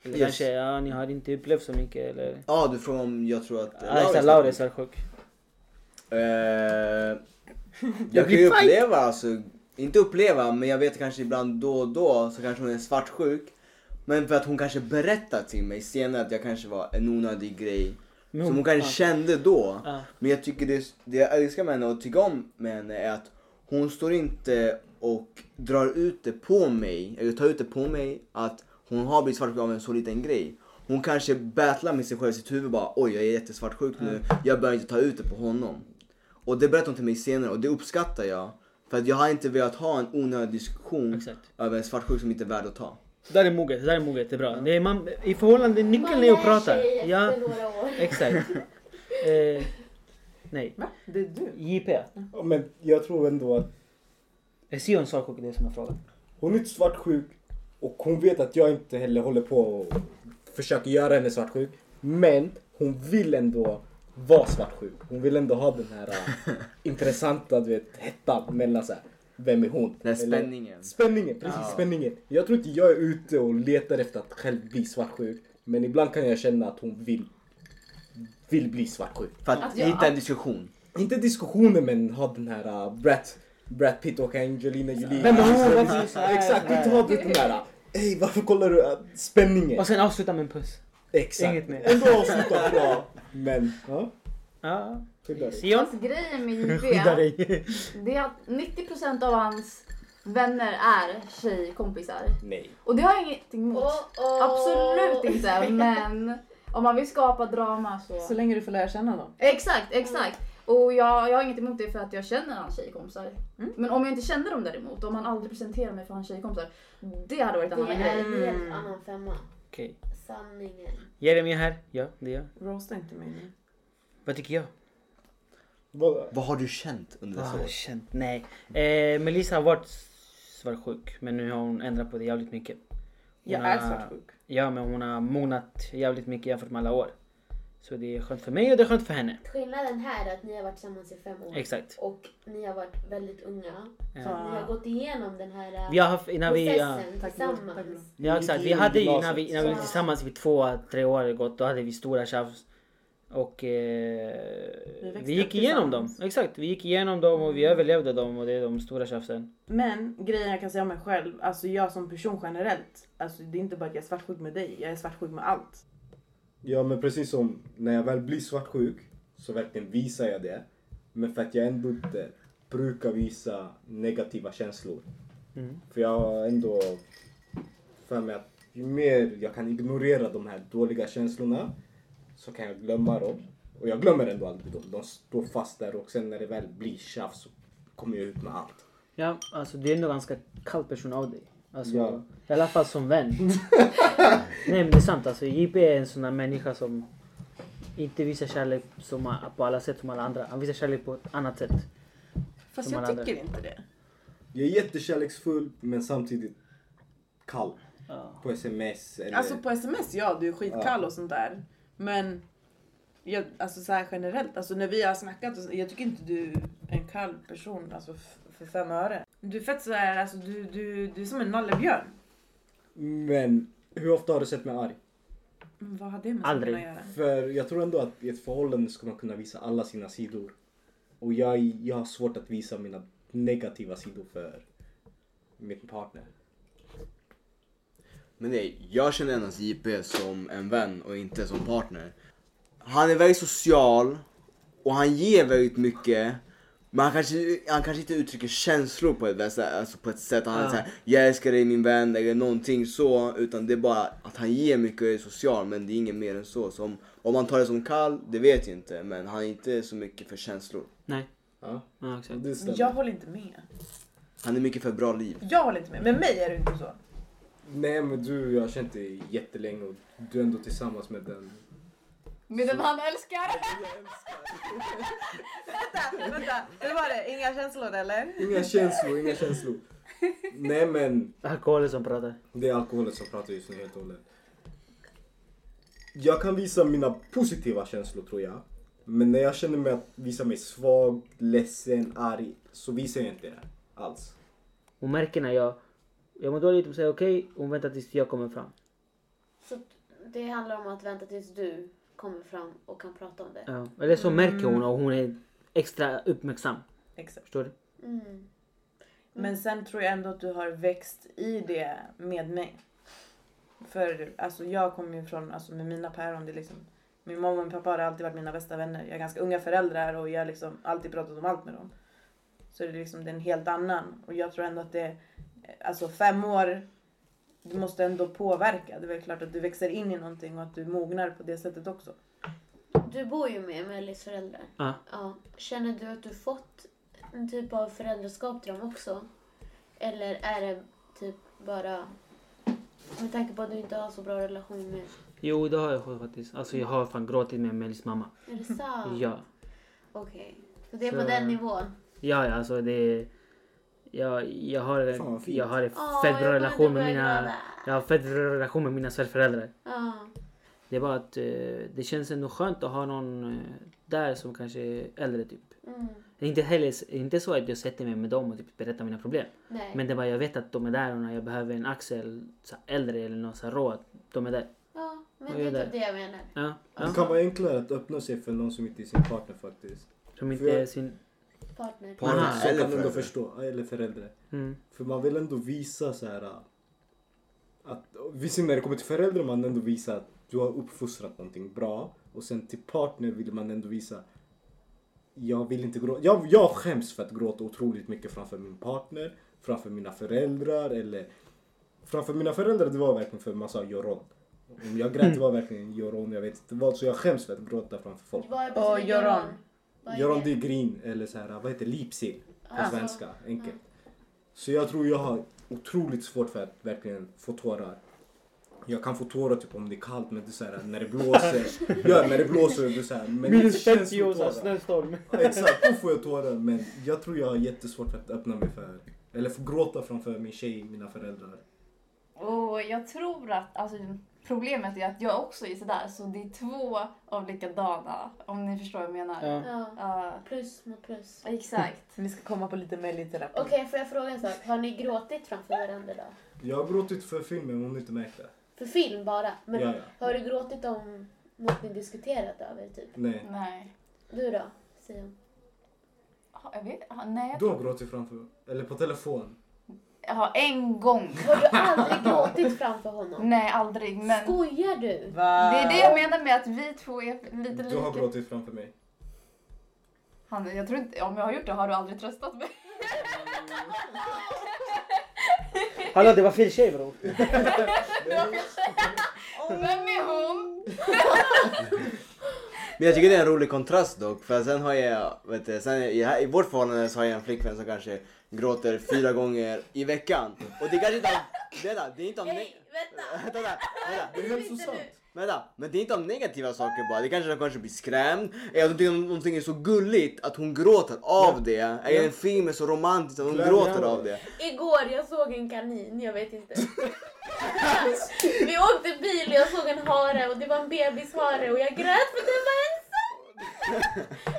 [SPEAKER 1] Eller
[SPEAKER 3] Yes.
[SPEAKER 1] kanske, ja ni har inte upplevt så mycket eller?
[SPEAKER 3] Ja, ah, du frågar om jag tror att...
[SPEAKER 1] Ja exakt, Laura är svartsjuk.
[SPEAKER 3] Eh, jag kan
[SPEAKER 1] blir
[SPEAKER 3] ju
[SPEAKER 1] fight.
[SPEAKER 3] uppleva alltså, inte uppleva men jag vet kanske ibland då och då så kanske hon är svartsjuk. Men för att hon kanske berättar till mig senare att jag kanske var en onödig grej.
[SPEAKER 1] Men
[SPEAKER 3] som
[SPEAKER 1] hon-
[SPEAKER 3] hon kanske
[SPEAKER 1] ja.
[SPEAKER 3] kände då.
[SPEAKER 1] Ja.
[SPEAKER 3] Men jag tycker det, det jag älskar med henne och tycker om med henne är att hon står inte och drar ut det på mig, eller tar ut det på mig att hon har blivit svartsjuk av en så liten grej. Hon kanske battlar med sig själv i sitt huvud bara oj jag är jättesvartsjuk nu, jag börjar inte ta ut det på honom. Och det berättade hon till mig senare och det uppskattar jag. För att jag har inte velat ha en onödig diskussion
[SPEAKER 1] Exakt.
[SPEAKER 3] över en svartsjuk som inte är värd att ta.
[SPEAKER 1] Det där är moget, det där är moget, det är bra. Det är man, I förhållande,
[SPEAKER 7] Man
[SPEAKER 1] nyckeln är
[SPEAKER 7] lär
[SPEAKER 1] att prata.
[SPEAKER 7] sig efter
[SPEAKER 1] Ja,
[SPEAKER 7] några år.
[SPEAKER 1] exakt. eh, nej.
[SPEAKER 5] Va? Det är du.
[SPEAKER 1] JP?
[SPEAKER 5] Mm.
[SPEAKER 2] Ja, Men jag tror ändå att
[SPEAKER 1] Är Sion svartsjuk? Det är som jag frågar.
[SPEAKER 2] hon är inte svartsjuk och hon vet att jag inte heller håller på och försöker göra henne svartsjuk. Men hon vill ändå vara svartsjuk. Hon vill ändå ha den här äh, intressanta du vet, hettan mellan så här, vem är hon?
[SPEAKER 3] Den här
[SPEAKER 2] Eller-
[SPEAKER 3] spänningen.
[SPEAKER 2] Spänningen, precis
[SPEAKER 3] Ja.
[SPEAKER 2] spänningen. Jag tror inte jag är ute och letar efter att själv bli svartsjuk. Men ibland kan jag känna att hon vill, vill bli svartsjuk.
[SPEAKER 3] För att
[SPEAKER 1] Alltså,
[SPEAKER 5] Att jag-
[SPEAKER 3] hitta en diskussion.
[SPEAKER 2] Inte diskussioner men ha den här uh, Brad, Brad Pitt och Angelina Jolie.
[SPEAKER 1] Vem är hon?
[SPEAKER 2] Ja,
[SPEAKER 1] Varför är du så här?
[SPEAKER 2] Exakt, inte ha den här Hej äh, varför kollar du? Uh, spänningen.
[SPEAKER 1] Och sen avsluta med en puss.
[SPEAKER 2] Exakt.
[SPEAKER 1] inget mer.
[SPEAKER 2] Ändå avsluta bra. Men, ja.
[SPEAKER 1] Ja.
[SPEAKER 2] Skydda dig.
[SPEAKER 1] Sion?
[SPEAKER 6] Alltså, grejen med
[SPEAKER 1] Skydda
[SPEAKER 6] JP,
[SPEAKER 1] dig.
[SPEAKER 6] det är att 90% av hans vänner är tjejkompisar.
[SPEAKER 2] Nej.
[SPEAKER 6] Och det har jag ingenting emot.
[SPEAKER 7] Oh, oh.
[SPEAKER 6] Absolut inte, men om man vill skapa drama så...
[SPEAKER 5] Så länge du får lära känna dem.
[SPEAKER 6] Exakt, exakt. Och jag, jag har inget emot det för att jag känner hans tjejkompisar. Men om jag inte känner dem däremot, om han aldrig presenterar mig för hans tjejkompisar. Det hade varit
[SPEAKER 7] Det
[SPEAKER 6] en annan
[SPEAKER 7] är
[SPEAKER 6] grej.
[SPEAKER 7] en
[SPEAKER 1] mm.
[SPEAKER 7] helt annan femma.
[SPEAKER 1] Okej.
[SPEAKER 7] Sanningen.
[SPEAKER 1] Jeremy är här. Ja, det är jag.
[SPEAKER 5] Roasta inte mig nu.
[SPEAKER 1] Vad tycker jag?
[SPEAKER 2] Vad-
[SPEAKER 3] Vad har du känt under dessa
[SPEAKER 1] Ah,
[SPEAKER 3] år?
[SPEAKER 1] känt, nej. Eh, Melissa har varit svartsjuk men nu har hon ändrat på det jävligt mycket. Hon
[SPEAKER 5] Jag
[SPEAKER 1] har-
[SPEAKER 5] är svartsjuk.
[SPEAKER 1] Ja, men hon har mognat jävligt mycket jämfört med alla år. Så det är skönt för mig och det är skönt för henne.
[SPEAKER 7] Skillnaden här är att ni har varit tillsammans i fem år.
[SPEAKER 1] Exakt.
[SPEAKER 7] Och ni har varit väldigt unga.
[SPEAKER 5] Så,
[SPEAKER 1] Ja.
[SPEAKER 7] Ni har gått igenom den här
[SPEAKER 1] Vi
[SPEAKER 7] eh,
[SPEAKER 1] har haft, innan vi... Ja,
[SPEAKER 7] processen
[SPEAKER 5] tack och lov,
[SPEAKER 7] tillsammans.
[SPEAKER 5] tack och lov.
[SPEAKER 1] ja exakt. Vi hade ju innan vi, innan vi var tillsammans i två, tre år gått, då hade vi stora tjafs. Och eh, vi,
[SPEAKER 5] växte upp
[SPEAKER 1] gick igenom dem.
[SPEAKER 5] tillsammans.
[SPEAKER 1] Exakt, vi gick igenom dem och vi överlevde dem och det är de stora tjafsen.
[SPEAKER 5] Men grejen jag kan säga om mig själv, alltså jag som person generellt. Alltså det är inte bara att jag är svartsjuk med dig, jag är svartsjuk med allt.
[SPEAKER 2] Ja men precis som när jag väl blir svartsjuk så verkligen visar jag det. Men för att jag ändå inte brukar visa negativa känslor.
[SPEAKER 1] Mm.
[SPEAKER 2] För jag har ändå för mig att ju mer jag kan ignorera de här dåliga känslorna så kan jag glömma dem. Och jag glömmer ändå aldrig dem. De står fast där och sen när det väl blir tjafs så kommer jag ut med allt.
[SPEAKER 1] Ja, alltså du är ändå ganska kall person av dig. Alltså,
[SPEAKER 2] Ja.
[SPEAKER 1] I alla fall som vän. Nej men det är sant alltså. JP är en sån där människa som inte visar kärlek som, på alla sätt som alla andra. Han visar kärlek på ett annat sätt.
[SPEAKER 5] Fast
[SPEAKER 1] Som
[SPEAKER 5] jag
[SPEAKER 1] alla andra.
[SPEAKER 5] tycker inte det.
[SPEAKER 2] Jag är jättekärleksfull men samtidigt kall.
[SPEAKER 1] Ja.
[SPEAKER 2] På sms eller...
[SPEAKER 5] Alltså på sms, ja du är skitkall och sånt där. Men jag, alltså så här generellt, alltså när vi har snackat, och så, jag tycker inte du är en kall person alltså f- för fem öre. Du är fett så här, alltså du, du, du är som en nallebjörn.
[SPEAKER 2] Men hur ofta har du sett mig arg?
[SPEAKER 5] Men vad har det med
[SPEAKER 1] Aldrig.
[SPEAKER 5] saken att göra?
[SPEAKER 2] För jag tror ändå att i ett förhållande ska man kunna visa alla sina sidor. Och jag, jag har svårt att visa mina negativa sidor för min partner.
[SPEAKER 3] Men nej, jag känner endast JP som en vän och inte som partner. Han är väldigt social och han ger väldigt mycket. Men han kanske, han kanske inte uttrycker känslor på ett, vä- alltså på ett sätt. Han är
[SPEAKER 1] Ja.
[SPEAKER 3] såhär, jag älskar dig min vän eller någonting så. Utan det är bara att han ger mycket och är social men det är inget mer än så. så om, om man tar det som kall, det vet jag inte. Men han är inte så mycket för känslor.
[SPEAKER 1] Nej.
[SPEAKER 2] Ja,
[SPEAKER 1] Ja, exakt.
[SPEAKER 2] det
[SPEAKER 5] Men
[SPEAKER 2] stämmer.
[SPEAKER 5] jag håller inte med.
[SPEAKER 3] Han är mycket för bra liv.
[SPEAKER 5] Jag håller inte med. Med mig är det inte så.
[SPEAKER 2] Nej men du, jag har känt dig jättelänge och du är ändå tillsammans med den.
[SPEAKER 6] Med den han älskar.
[SPEAKER 5] Vänta, vänta. Hur var det? Inga känslor eller?
[SPEAKER 2] Inga känslor, inga känslor. Nej men,
[SPEAKER 1] Alkoholen som pratar.
[SPEAKER 2] det är alkoholen som pratar just nu helt och hållet. Jag kan visa mina positiva känslor tror jag. Men när jag känner mig att visa mig svag, ledsen, arg så visar jag inte det alls.
[SPEAKER 1] Hon märker när jag... Jag mår dåligt och säger okej. Hon väntar tills jag kommer fram.
[SPEAKER 7] Så att det handlar om att vänta tills du kommer fram och kan prata om det.
[SPEAKER 1] Ja. Eller så märker hon och hon är extra uppmärksam.
[SPEAKER 5] Exakt.
[SPEAKER 1] Förstår du?
[SPEAKER 7] Mm.
[SPEAKER 5] Men sen tror jag ändå att du har växt i det med mig. För alltså jag kommer ju från, alltså med mina päron, det är liksom min mamma och min pappa har alltid varit mina bästa vänner. Jag har ganska unga föräldrar och jag har liksom alltid pratat om allt med dem. Så det är liksom det är en helt annan. Och jag tror ändå att det, alltså fem år, du måste ändå påverka. Det är väl klart att du växer in i någonting och att du mognar på det sättet också.
[SPEAKER 7] Du bor ju med Mellies föräldrar.
[SPEAKER 1] Ja.
[SPEAKER 7] Ja. Känner du att du fått en typ av föräldraskap till dem också? Eller är det typ bara med tanke på att du inte har så bra relation med...
[SPEAKER 1] Jo, det har jag fått faktiskt. Alltså jag har fan gråtit med Melis mamma.
[SPEAKER 7] Är det sant?
[SPEAKER 1] Ja.
[SPEAKER 7] Okej. Så det är
[SPEAKER 1] Så-
[SPEAKER 7] på den nivån?
[SPEAKER 1] Ja, ja alltså det är... Jag, jag har,
[SPEAKER 2] Fan, vad fint.
[SPEAKER 1] jag har en
[SPEAKER 7] Åh,
[SPEAKER 1] fett
[SPEAKER 7] jag
[SPEAKER 1] bra
[SPEAKER 7] började
[SPEAKER 1] relation med
[SPEAKER 7] börja
[SPEAKER 1] mina...
[SPEAKER 7] gråta.
[SPEAKER 1] Jag har fett bra relation med mina svärföräldrar.
[SPEAKER 7] Ja.
[SPEAKER 1] Det är bara att eh, det känns ändå skönt att ha någon eh, där som kanske är äldre typ.
[SPEAKER 7] Mm.
[SPEAKER 1] Det är Inte heller inte så att jag sätter mig med dem och typ berättar mina problem.
[SPEAKER 7] Nej.
[SPEAKER 1] Men det är bara jag vet att de är där och när jag behöver en axel så här, äldre eller något så här rå, att de är där.
[SPEAKER 7] Ja, men
[SPEAKER 1] Vad
[SPEAKER 7] det
[SPEAKER 1] är
[SPEAKER 7] är
[SPEAKER 1] det?
[SPEAKER 7] typ det jag menar.
[SPEAKER 1] Ja,
[SPEAKER 2] Det
[SPEAKER 1] ja.
[SPEAKER 2] kan vara enklare att öppna sig för någon som inte är sin partner faktiskt.
[SPEAKER 1] Som
[SPEAKER 2] Får
[SPEAKER 1] inte
[SPEAKER 2] jag-
[SPEAKER 1] är sin...
[SPEAKER 7] Partner.
[SPEAKER 1] Par-
[SPEAKER 2] Partner
[SPEAKER 1] Aha,
[SPEAKER 2] som
[SPEAKER 3] eller
[SPEAKER 2] kan ändå
[SPEAKER 3] föräldrar.
[SPEAKER 2] förstå, eller föräldrar.
[SPEAKER 1] Mm.
[SPEAKER 2] För man vill ändå visa så här äh, att, och visst när det kommer till föräldrar man ändå visa att du har uppfostrat någonting bra och sen till partner vill man ändå visa jag vill inte gråta. Jag, jag skäms för att gråta otroligt mycket framför min partner, framför mina föräldrar eller framför mina föräldrar det var verkligen för man sa Joron. Om jag grät det var verkligen Joron, jag vet inte vad. Så jag skäms för att gråta framför folk.
[SPEAKER 7] Vad är
[SPEAKER 5] Och
[SPEAKER 7] betyder
[SPEAKER 5] Göran.
[SPEAKER 7] Vad är
[SPEAKER 2] Gör om
[SPEAKER 7] det?
[SPEAKER 2] det är green eller så här, vad heter det? lipsill på
[SPEAKER 7] Alltså,
[SPEAKER 2] svenska, enkelt. Så jag tror jag har otroligt svårt för att verkligen få tårar. Jag kan få tårar typ om det är kallt men det är så här, när det blåser. ja, när det blåser det är så här, men
[SPEAKER 1] Mm.
[SPEAKER 2] det känns som tårar.
[SPEAKER 1] snöstorm.
[SPEAKER 2] Ja, exakt, då får jag tårar men jag tror jag har jättesvårt för att öppna mig för eller få gråta framför min tjej, mina föräldrar.
[SPEAKER 6] Och jag tror att, alltså, Problemet är att jag också är sådär, så det är två av likadana. Om ni förstår vad jag menar.
[SPEAKER 1] Ja.
[SPEAKER 4] Ja.
[SPEAKER 6] Ja,
[SPEAKER 4] Plus med plus.
[SPEAKER 6] exakt.
[SPEAKER 5] Vi ska komma på lite möjligheter.
[SPEAKER 4] Okej, får jag fråga en sak? Har ni gråtit framför varandra då?
[SPEAKER 2] Jag har gråtit för filmen om ni inte märkt det.
[SPEAKER 4] För film bara. Men
[SPEAKER 2] Ja, ja.
[SPEAKER 4] har du gråtit om något ni diskuterat över typ?
[SPEAKER 2] Nej.
[SPEAKER 6] Nej.
[SPEAKER 4] Du då, Sion?
[SPEAKER 6] Ja, Jag vet, ja, nej, jag
[SPEAKER 2] Du har gråtit framför, eller på telefon.
[SPEAKER 6] Ja, en gång.
[SPEAKER 4] Har du aldrig gråtit framför honom?
[SPEAKER 6] Nej, aldrig. Men
[SPEAKER 4] Skojar du?
[SPEAKER 5] Va?
[SPEAKER 6] det är det jag menar med att vi två är lite
[SPEAKER 2] Du har
[SPEAKER 6] lika.
[SPEAKER 2] gråtit framför mig.
[SPEAKER 6] Han, jag tror inte, om jag har gjort det har du aldrig tröstat mig.
[SPEAKER 1] Hallå det var fel tjej bror.
[SPEAKER 6] Vem är hon?
[SPEAKER 3] Men jag tycker det är en rolig kontrast dock för sen har jag, vet du, sen i, här- i vårt förhållande så har jag en flickvän som kanske gråter fyra gånger i veckan. Och det kanske inte av, det där, det är inte av ne-
[SPEAKER 4] vänta!
[SPEAKER 3] vänta, där, vänta,
[SPEAKER 2] Det är hälsosamt.
[SPEAKER 3] vänta, men det är inte om negativa saker bara. Det kanske hon kanske blir skrämd. Eller att hon tycker någonting är så gulligt att hon gråter av det. Eller en film är så romantisk att hon
[SPEAKER 2] Glöm
[SPEAKER 3] gråter
[SPEAKER 2] gärna.
[SPEAKER 3] av det.
[SPEAKER 4] Igår jag såg en kanin, jag vet inte. Vi åkte bil och jag såg en hare och det var en bebishare och jag grät för den var ensam.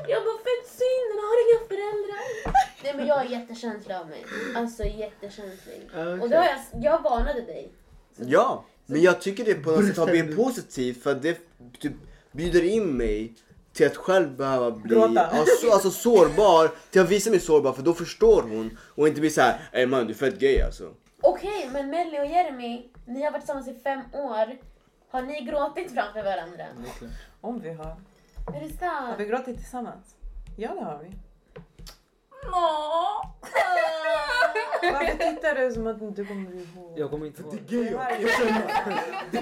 [SPEAKER 4] Jag bara fett synd, den har inga föräldrar. Nej men jag är jättekänslig av mig. Alltså jättekänslig.
[SPEAKER 1] Okej.
[SPEAKER 4] Och det har jag, jag varnade dig.
[SPEAKER 3] Ja, men jag tycker det på något sätt har blivit positivt för att det typ bjuder in mig till att själv behöva bli
[SPEAKER 5] Gråta.
[SPEAKER 3] alltså, alltså sårbar, till att visa mig sårbar för då förstår hon och inte blir såhär ey man du är fett gay alltså.
[SPEAKER 4] Okej men Melly och Jeremy, ni har varit tillsammans i fem år. Har ni gråtit framför varandra?
[SPEAKER 5] Om vi har.
[SPEAKER 4] Är det
[SPEAKER 5] Har vi
[SPEAKER 4] sant?
[SPEAKER 5] gråtit tillsammans? Ja det har vi.
[SPEAKER 6] Nå.
[SPEAKER 5] Varför tittar du som att du kommer ihåg?
[SPEAKER 1] Jag kommer inte
[SPEAKER 2] Det
[SPEAKER 1] ihåg.
[SPEAKER 2] är gay
[SPEAKER 5] Vi
[SPEAKER 2] jag.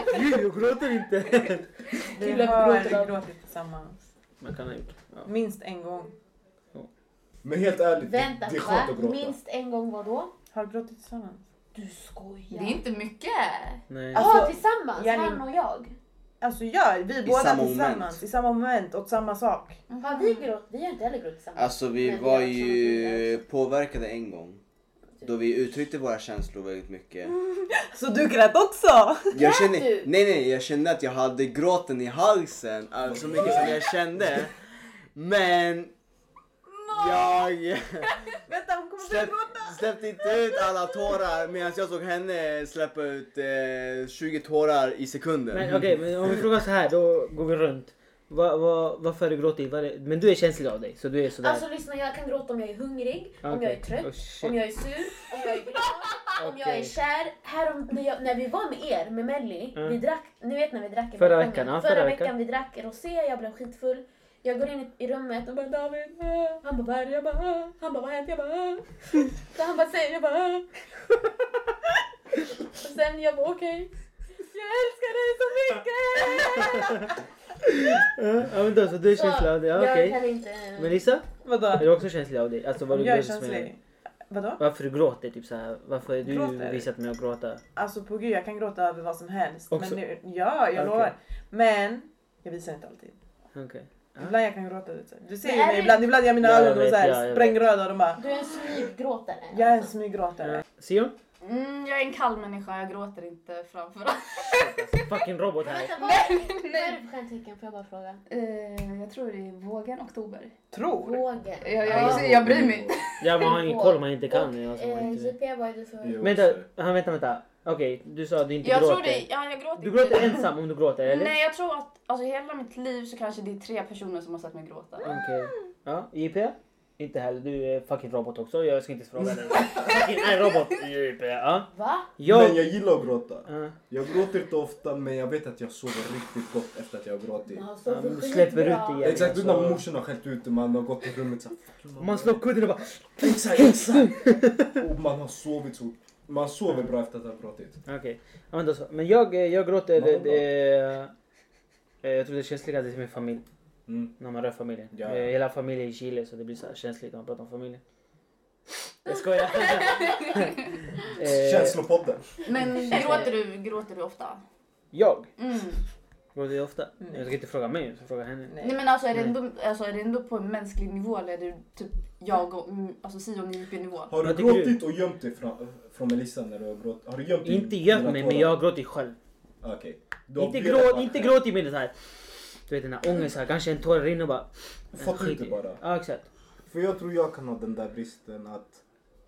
[SPEAKER 5] har-
[SPEAKER 1] Gud jag gråter inte.
[SPEAKER 5] Vi har gråtit tillsammans.
[SPEAKER 1] Man kan ha gjort. Ja.
[SPEAKER 5] Minst en gång.
[SPEAKER 2] Men helt ärligt,
[SPEAKER 4] Vänta,
[SPEAKER 2] det, det är
[SPEAKER 4] va?
[SPEAKER 2] skönt att gråta.
[SPEAKER 4] Minst en gång var då?
[SPEAKER 5] Har du gråtit tillsammans?
[SPEAKER 4] Du
[SPEAKER 6] Det
[SPEAKER 4] skojar.
[SPEAKER 6] är inte mycket.
[SPEAKER 1] Nej.
[SPEAKER 5] Alltså,
[SPEAKER 4] ja, tillsammans,
[SPEAKER 5] jag-
[SPEAKER 4] han och jag.
[SPEAKER 5] Alltså ja, vi båda
[SPEAKER 3] samma
[SPEAKER 5] tillsammans
[SPEAKER 3] moment.
[SPEAKER 5] i samma moment åt samma sak.
[SPEAKER 4] Har vi gråtit? Vi har inte heller gråtit tillsammans.
[SPEAKER 3] Alltså vi
[SPEAKER 4] Men
[SPEAKER 3] var
[SPEAKER 4] jag känner
[SPEAKER 3] ju påverkade en gång. Då vi uttryckte våra känslor väldigt mycket.
[SPEAKER 5] Så du grät också?
[SPEAKER 3] Jag kände,
[SPEAKER 4] Mm. du?
[SPEAKER 3] nej nej, jag kände att jag hade gråten i halsen, alltså, så mycket som jag kände. Men jag...
[SPEAKER 5] Vänta, hon kommer
[SPEAKER 3] Släpp, släppte inte ut alla tårar medan jag såg henne släppa ut eh, 20 tårar i sekunder.
[SPEAKER 1] Men okej, men om vi frågar så här då går vi runt. Va, va, varför har du gråtit? Vad är det- Men du är känslig av dig så du är sådär.
[SPEAKER 4] Alltså lyssna, jag kan gråta om jag är hungrig, om jag är
[SPEAKER 1] Okej.
[SPEAKER 4] trött,
[SPEAKER 1] Oh, shit.
[SPEAKER 4] om jag är sur, om jag är glad, om jag är
[SPEAKER 1] Okej.
[SPEAKER 4] kär. Härom, när, jag, när vi var med er, med Melly,
[SPEAKER 1] Mm.
[SPEAKER 4] vi drack, ni vet när vi drack i
[SPEAKER 1] Förra
[SPEAKER 4] balkongen.
[SPEAKER 1] veckan, ja,
[SPEAKER 4] förra,
[SPEAKER 1] förra
[SPEAKER 4] veckan.
[SPEAKER 1] veckan.
[SPEAKER 4] vi drack rosé, jag blev skitfull. Jag går in i, i rummet och bara David, äh. han bara vad är det? Jag bara äh. Han bara vad har hänt? Jag bara äh. Så han bara säger, jag bara äh. Och sen jag bara okej. Jag älskar dig så mycket!
[SPEAKER 1] Ja, ja, men då, så du är känslig av dig, ja,
[SPEAKER 4] jag
[SPEAKER 1] okej.
[SPEAKER 4] kan inte...
[SPEAKER 1] Melissa, är
[SPEAKER 5] Vadå?
[SPEAKER 1] du också känslig av dig? Alltså vad du
[SPEAKER 5] Jag är
[SPEAKER 1] gråter som
[SPEAKER 5] känslig. Vadå?
[SPEAKER 1] Varför du gråter typ såhär? Varför har du
[SPEAKER 5] Gråter?
[SPEAKER 1] visat mig att gråta?
[SPEAKER 5] Alltså på gud, jag kan gråta över vad som helst.
[SPEAKER 1] Också?
[SPEAKER 5] Men nu, ja, jag
[SPEAKER 1] Okej.
[SPEAKER 5] lovar. Men jag visar inte alltid.
[SPEAKER 1] Okej. Ja.
[SPEAKER 5] Ibland jag kan gråta ut. Du ser
[SPEAKER 4] Men
[SPEAKER 5] ju
[SPEAKER 4] är
[SPEAKER 5] mig
[SPEAKER 4] du-
[SPEAKER 5] ibland. Ibland jag mina
[SPEAKER 1] Ja, jag
[SPEAKER 5] ögon och
[SPEAKER 1] vet,
[SPEAKER 5] så
[SPEAKER 1] ja, jag
[SPEAKER 5] här
[SPEAKER 1] vet.
[SPEAKER 5] sprängröda och de bara.
[SPEAKER 4] Du är en smyggråtare.
[SPEAKER 5] Jag är
[SPEAKER 7] Alltså.
[SPEAKER 5] en smyggråtare.
[SPEAKER 1] Ja. Sion?
[SPEAKER 6] Mm, jag är en kall människa, jag gråter inte framför allt.
[SPEAKER 1] Fucking robot här.
[SPEAKER 4] Vänta, vad vad är det för stjärntecken? Får jag bara fråga?
[SPEAKER 6] Eh, jag tror det är vågen, oktober.
[SPEAKER 5] Tror.
[SPEAKER 4] Vågen.
[SPEAKER 6] Jag, jag,
[SPEAKER 2] Ah,
[SPEAKER 4] Ja.
[SPEAKER 6] jag, jag bryr mig inte.
[SPEAKER 1] Ja man har ingen koll om man inte kan.
[SPEAKER 4] Och,
[SPEAKER 1] Alltså, man
[SPEAKER 4] eh,
[SPEAKER 1] inte...
[SPEAKER 4] JP, vad är du för...
[SPEAKER 2] Jo,
[SPEAKER 1] Vänta,
[SPEAKER 2] så-
[SPEAKER 1] aha, vänta, vänta. Okej, du sa att du inte
[SPEAKER 6] Jag
[SPEAKER 1] gråter.
[SPEAKER 6] tror det, ja jag gråter
[SPEAKER 1] Du
[SPEAKER 6] inte.
[SPEAKER 1] gråter ensam om du gråter eller?
[SPEAKER 6] Nej jag tror att alltså, hela mitt liv så kanske det är tre personer som har sett mig gråta.
[SPEAKER 1] Okej. Ja, JP? Inte heller. Du är fucking robot också. Jag ska inte ens fråga dig. fucking en robot. JP. Ja.
[SPEAKER 4] Va?
[SPEAKER 1] Jag...
[SPEAKER 2] Men jag gillar att gråta.
[SPEAKER 1] Ja.
[SPEAKER 2] Jag gråter inte ofta men jag vet att jag sover riktigt gott efter att jag har gråtit.
[SPEAKER 4] Ja, så
[SPEAKER 1] Ja,
[SPEAKER 4] för
[SPEAKER 1] men
[SPEAKER 4] skitbra.
[SPEAKER 1] släpper ut det igen.
[SPEAKER 2] Exakt, du
[SPEAKER 1] alltså.
[SPEAKER 2] när morsan har skällt ut det man har gått i rummet såhär.
[SPEAKER 1] Man slår kudden och bara...
[SPEAKER 2] Exakt, exakt! Och man har sovit så. Man sover bra efter att ha gråtit.
[SPEAKER 1] Okej. Ja, men, då så. men jag, eh, jag gråter...
[SPEAKER 2] Ja, bra.
[SPEAKER 1] eh, eh, jag tror det är känsligast i min familj.
[SPEAKER 2] Mm.
[SPEAKER 1] När man rör familjen.
[SPEAKER 2] Ja.
[SPEAKER 1] Eh, hela familjen är i Chile så det blir så här känsligt när man pratar om familjen. Jag skojar. Eh,
[SPEAKER 2] Känslopodden.
[SPEAKER 6] Men gråter du, gråter du ofta?
[SPEAKER 1] Jag
[SPEAKER 6] Mm.
[SPEAKER 1] gråter ju ofta.
[SPEAKER 5] Mm.
[SPEAKER 1] Jag ska inte fråga mig, jag ska fråga henne.
[SPEAKER 6] Nej men alltså är, det ändå, alltså är det ändå på en mänsklig nivå eller är det typ jag och mm, alltså Sion i nivå?
[SPEAKER 2] Har du
[SPEAKER 1] Vad tycker du?
[SPEAKER 2] gråtit och gömt dig från, från Melissa när du har gråtit? Har du gömt dig
[SPEAKER 1] Inte
[SPEAKER 2] i
[SPEAKER 1] gömt
[SPEAKER 2] dina
[SPEAKER 1] mig
[SPEAKER 2] tårar?
[SPEAKER 1] men jag har gråtit själv.
[SPEAKER 2] Okej. Du har
[SPEAKER 1] Inte,
[SPEAKER 2] velat
[SPEAKER 1] grå,
[SPEAKER 2] vara
[SPEAKER 1] inte
[SPEAKER 2] här.
[SPEAKER 1] gråt i men såhär. Du vet den här ångesten, så här, kanske en tår rinner och bara. men
[SPEAKER 2] Fatta
[SPEAKER 1] skit
[SPEAKER 2] inte
[SPEAKER 1] i.
[SPEAKER 2] bara.
[SPEAKER 1] Ja exakt.
[SPEAKER 2] För jag tror jag kan ha den där bristen att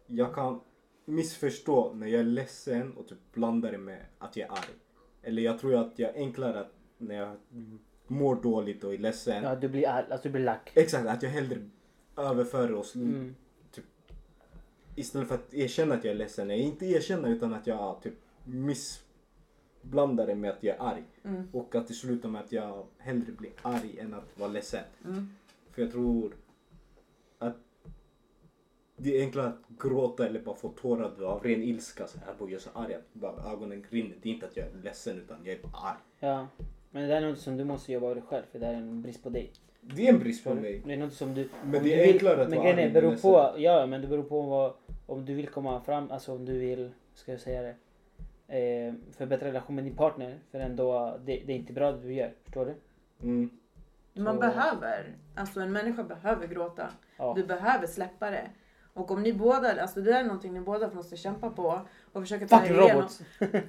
[SPEAKER 2] jag kan missförstå när jag är ledsen och typ blanda det med att jag är arg. Eller jag tror att jag är enklare att när jag mår dåligt och är ledsen.
[SPEAKER 1] Ja, du blir arg, alltså du blir lack.
[SPEAKER 2] Exakt, att jag hellre överför oss Typ,
[SPEAKER 1] Mm.
[SPEAKER 2] istället för att erkänna att jag är ledsen. Nej, inte erkänna utan att jag typ missblandar det med att jag är arg. Och att det slutar med att jag hellre blir arg än att vara ledsen. För jag tror att det är enklare att gråta eller bara få tårar av ren ilska. Så här, "Bo, jag är så arg att bara ögonen rinner. Det är inte att jag är ledsen utan jag är bara arg.
[SPEAKER 1] Ja. Men det där är något som du måste jobba av dig själv för det här är en brist på dig.
[SPEAKER 2] Det är en brist för mig.
[SPEAKER 1] Det är något som du...
[SPEAKER 2] Men
[SPEAKER 1] om
[SPEAKER 2] det är
[SPEAKER 1] du vill-
[SPEAKER 2] enklare att
[SPEAKER 1] Men
[SPEAKER 2] vara
[SPEAKER 1] grejen är,
[SPEAKER 2] arg
[SPEAKER 1] det beror
[SPEAKER 2] än
[SPEAKER 1] på, ja men det beror på vad, om du vill komma fram, alltså om du vill, ska jag säga det, eh, förbättra relationen med din partner. För ändå, det, det är inte bra det du gör, förstår du?
[SPEAKER 2] Mm.
[SPEAKER 5] Man
[SPEAKER 1] Så-
[SPEAKER 5] behöver, alltså en människa behöver gråta.
[SPEAKER 1] Ja.
[SPEAKER 5] Du behöver släppa det. Och om ni båda, alltså det är någonting ni båda måste kämpa på och försöka ta
[SPEAKER 1] Fucking
[SPEAKER 5] er igenom.
[SPEAKER 1] robots!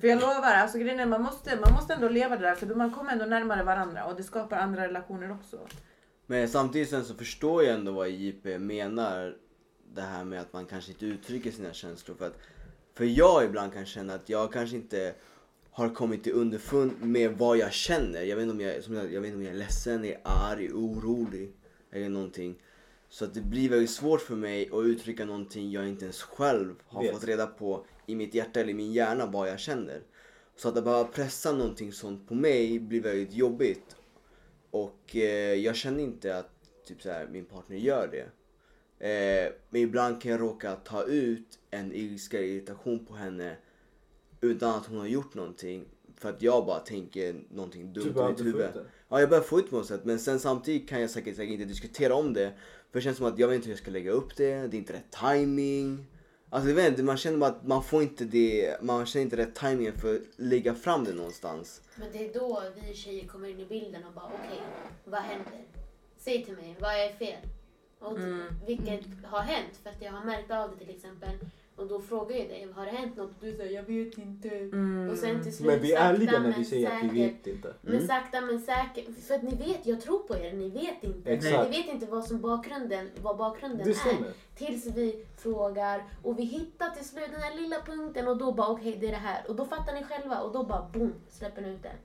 [SPEAKER 5] För jag lovar, alltså grejen är, man måste, man måste ändå leva det där för man kommer ändå närmare varandra och det skapar andra relationer också.
[SPEAKER 3] Men samtidigt sen så förstår jag ändå vad JP menar. Det här med att man kanske inte uttrycker sina känslor. För, att, för jag ibland kan känna att jag kanske inte har kommit till underfund med vad jag känner. Jag vet inte om jag, som jag, jag, vet inte om jag är ledsen, är arg, orolig eller någonting. Så att det blir väldigt svårt för mig att uttrycka någonting jag inte ens själv har
[SPEAKER 2] Vet.
[SPEAKER 3] fått reda på i mitt hjärta eller i min hjärna vad jag känner. Så att behöva pressa någonting sånt på mig blir väldigt jobbigt. Och eh, jag känner inte att typ så här, min partner gör det. Eh, men ibland kan jag råka ta ut en ilska eller irritation på henne utan att hon har gjort någonting. För att jag bara tänker någonting dumt i
[SPEAKER 2] bara
[SPEAKER 3] mitt
[SPEAKER 2] du får
[SPEAKER 3] huvud.
[SPEAKER 2] ut det.
[SPEAKER 3] Ja, jag börjar få ut på något sätt. Men sen samtidigt kan jag säkert, säkert inte diskutera om det. För det känns som att jag vet inte hur jag ska lägga upp det. Det är inte rätt timing. Alltså jag vet inte, man känner bara att man får inte det, man känner inte rätt timingen för att lägga fram det någonstans.
[SPEAKER 7] Men det är då vi tjejer kommer in i bilden och bara okej, vad händer? Säg till mig, vad är fel? Och
[SPEAKER 5] Mm.
[SPEAKER 7] Vilket har hänt? För att jag har märkt av det till exempel. Och då frågar jag dig, har det hänt något? Och du säger, jag vet inte.
[SPEAKER 5] Mm.
[SPEAKER 7] Och sen till slut,
[SPEAKER 2] Men vi är
[SPEAKER 7] sakta
[SPEAKER 2] ärliga när vi
[SPEAKER 7] men
[SPEAKER 2] säger att vi
[SPEAKER 7] säkert-
[SPEAKER 2] vet inte.
[SPEAKER 7] Men sakta men säkert. För att ni vet, jag tror på er. Ni vet inte.
[SPEAKER 2] Exakt.
[SPEAKER 7] Ni vet inte vad som bakgrunden, vad bakgrunden
[SPEAKER 2] Det
[SPEAKER 7] är.
[SPEAKER 2] stämmer.
[SPEAKER 7] Tills vi frågar och vi hittar till slut den här lilla punkten och då bara okej det är det här. Och då fattar ni själva och då bara boom släpper ni ut det.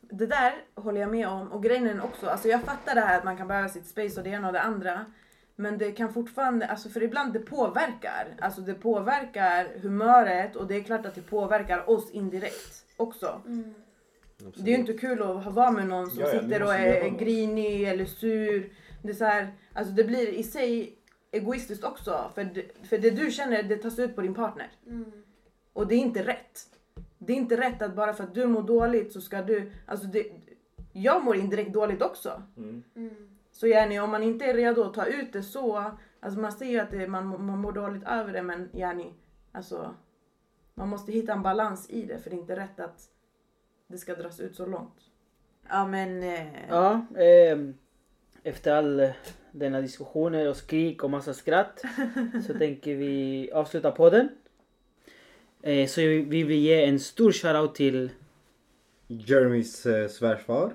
[SPEAKER 5] Det där håller jag med om och grejen är också, alltså jag fattar det här att man kan behöva sitt space och det ena och det andra. Men det kan fortfarande, alltså för ibland det påverkar. Alltså det påverkar humöret och det är klart att det påverkar oss indirekt också. Det är ju inte kul att ha- vara med någon som
[SPEAKER 2] Mm. Ja, ja, ni
[SPEAKER 5] sitter och
[SPEAKER 2] måste leva med
[SPEAKER 5] är
[SPEAKER 2] oss.
[SPEAKER 5] grinig eller sur. Det, är så här, alltså det blir i sig egoistiskt också. För det, för det du känner det tas ut på din partner.
[SPEAKER 7] Mm,
[SPEAKER 5] Och det är inte rätt. Det är inte rätt att bara för att du mår dåligt så ska du... Alltså det, jag mår indirekt dåligt också.
[SPEAKER 7] mm.
[SPEAKER 5] Så Jenny, om man inte är redo att ta ut det så... Alltså man ser ju att det, man, man mår dåligt över det men Jenny, alltså... Man måste hitta en balans i det för det är inte rätt att det ska dras ut så långt. Ja men... Eh,
[SPEAKER 1] Ja, ehm, efter all eh, denna diskussioner och skrik och massa skratt så tänker vi avsluta podden. Eh, så vi vi vill ge en stor shoutout till
[SPEAKER 2] Jeremys eh, svärfar.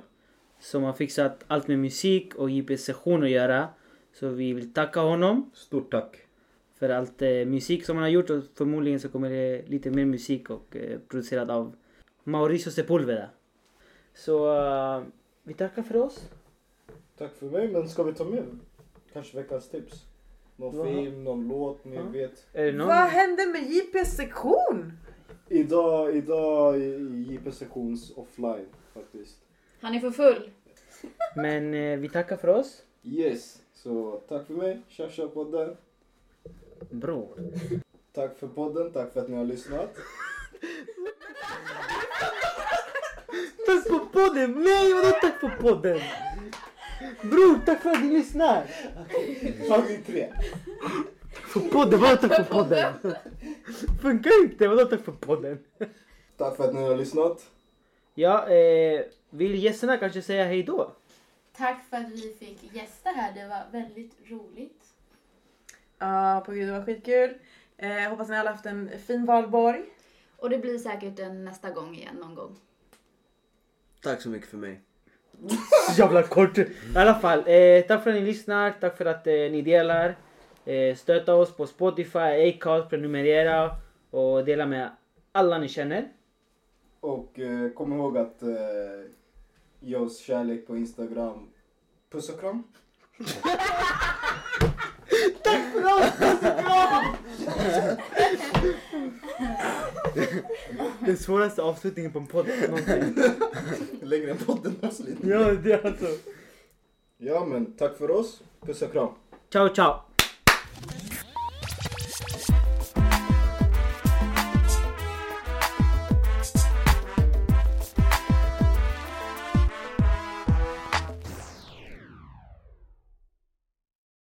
[SPEAKER 1] som har fixat allt med musik och JPs session att göra. Så vi vill tacka honom
[SPEAKER 2] Stort tack.
[SPEAKER 1] för allt eh, musik som han har gjort och förmodligen så kommer det lite mer musik och eh, producerad av Mauricio Sepulveda. Så eh, vi tackar för oss.
[SPEAKER 2] Tack för mig, men ska vi ta med kanske veckans tips? Någon
[SPEAKER 1] Jaha.
[SPEAKER 2] film, någon låt, ni
[SPEAKER 1] Ja.
[SPEAKER 2] vet.
[SPEAKER 1] Är det någon?
[SPEAKER 5] Vad hände med JPs sektion?
[SPEAKER 2] Idag, idag i JP Sessions offline faktiskt.
[SPEAKER 6] Han är för full.
[SPEAKER 1] Men eh, vi tackar för oss.
[SPEAKER 2] Yes, så tack för mig. Tja tja podden.
[SPEAKER 1] Bror.
[SPEAKER 2] Tack för podden, tack för att ni har lyssnat.
[SPEAKER 1] Tack för podden! Nej, vadå tack för podden? Bror, tack för att ni lyssnar!
[SPEAKER 2] Tagning tre.
[SPEAKER 1] För podden, vadå tack för podden? Funkar inte, vadå tack för podden?
[SPEAKER 2] Tack för att ni har lyssnat.
[SPEAKER 1] Ja, eh, vill gästerna kanske säga hej då?
[SPEAKER 7] Tack för att vi fick gästa här. Det var väldigt roligt.
[SPEAKER 5] Ja, på gud det var skitkul. Eh, hoppas ni alla haft en fin valborg.
[SPEAKER 6] Och det blir säkert en nästa gång igen någon gång.
[SPEAKER 3] Tack så mycket för mig.
[SPEAKER 1] Jävla kort! I alla fall, eh, tack för att ni lyssnar, tack för att eh, ni delar. Eh, stötta oss på Spotify, Acast, prenumerera och dela med alla ni känner.
[SPEAKER 2] Och eh, kom ihåg att eh, ge oss kärlek på Instagram. Puss och kram.
[SPEAKER 1] Den svåraste avslutningen på en podd någonsin.
[SPEAKER 2] Längre än podden avslutar.
[SPEAKER 1] ja, det är alltså.
[SPEAKER 2] Ja men tack för oss. Puss och kram.
[SPEAKER 1] Ciao, ciao!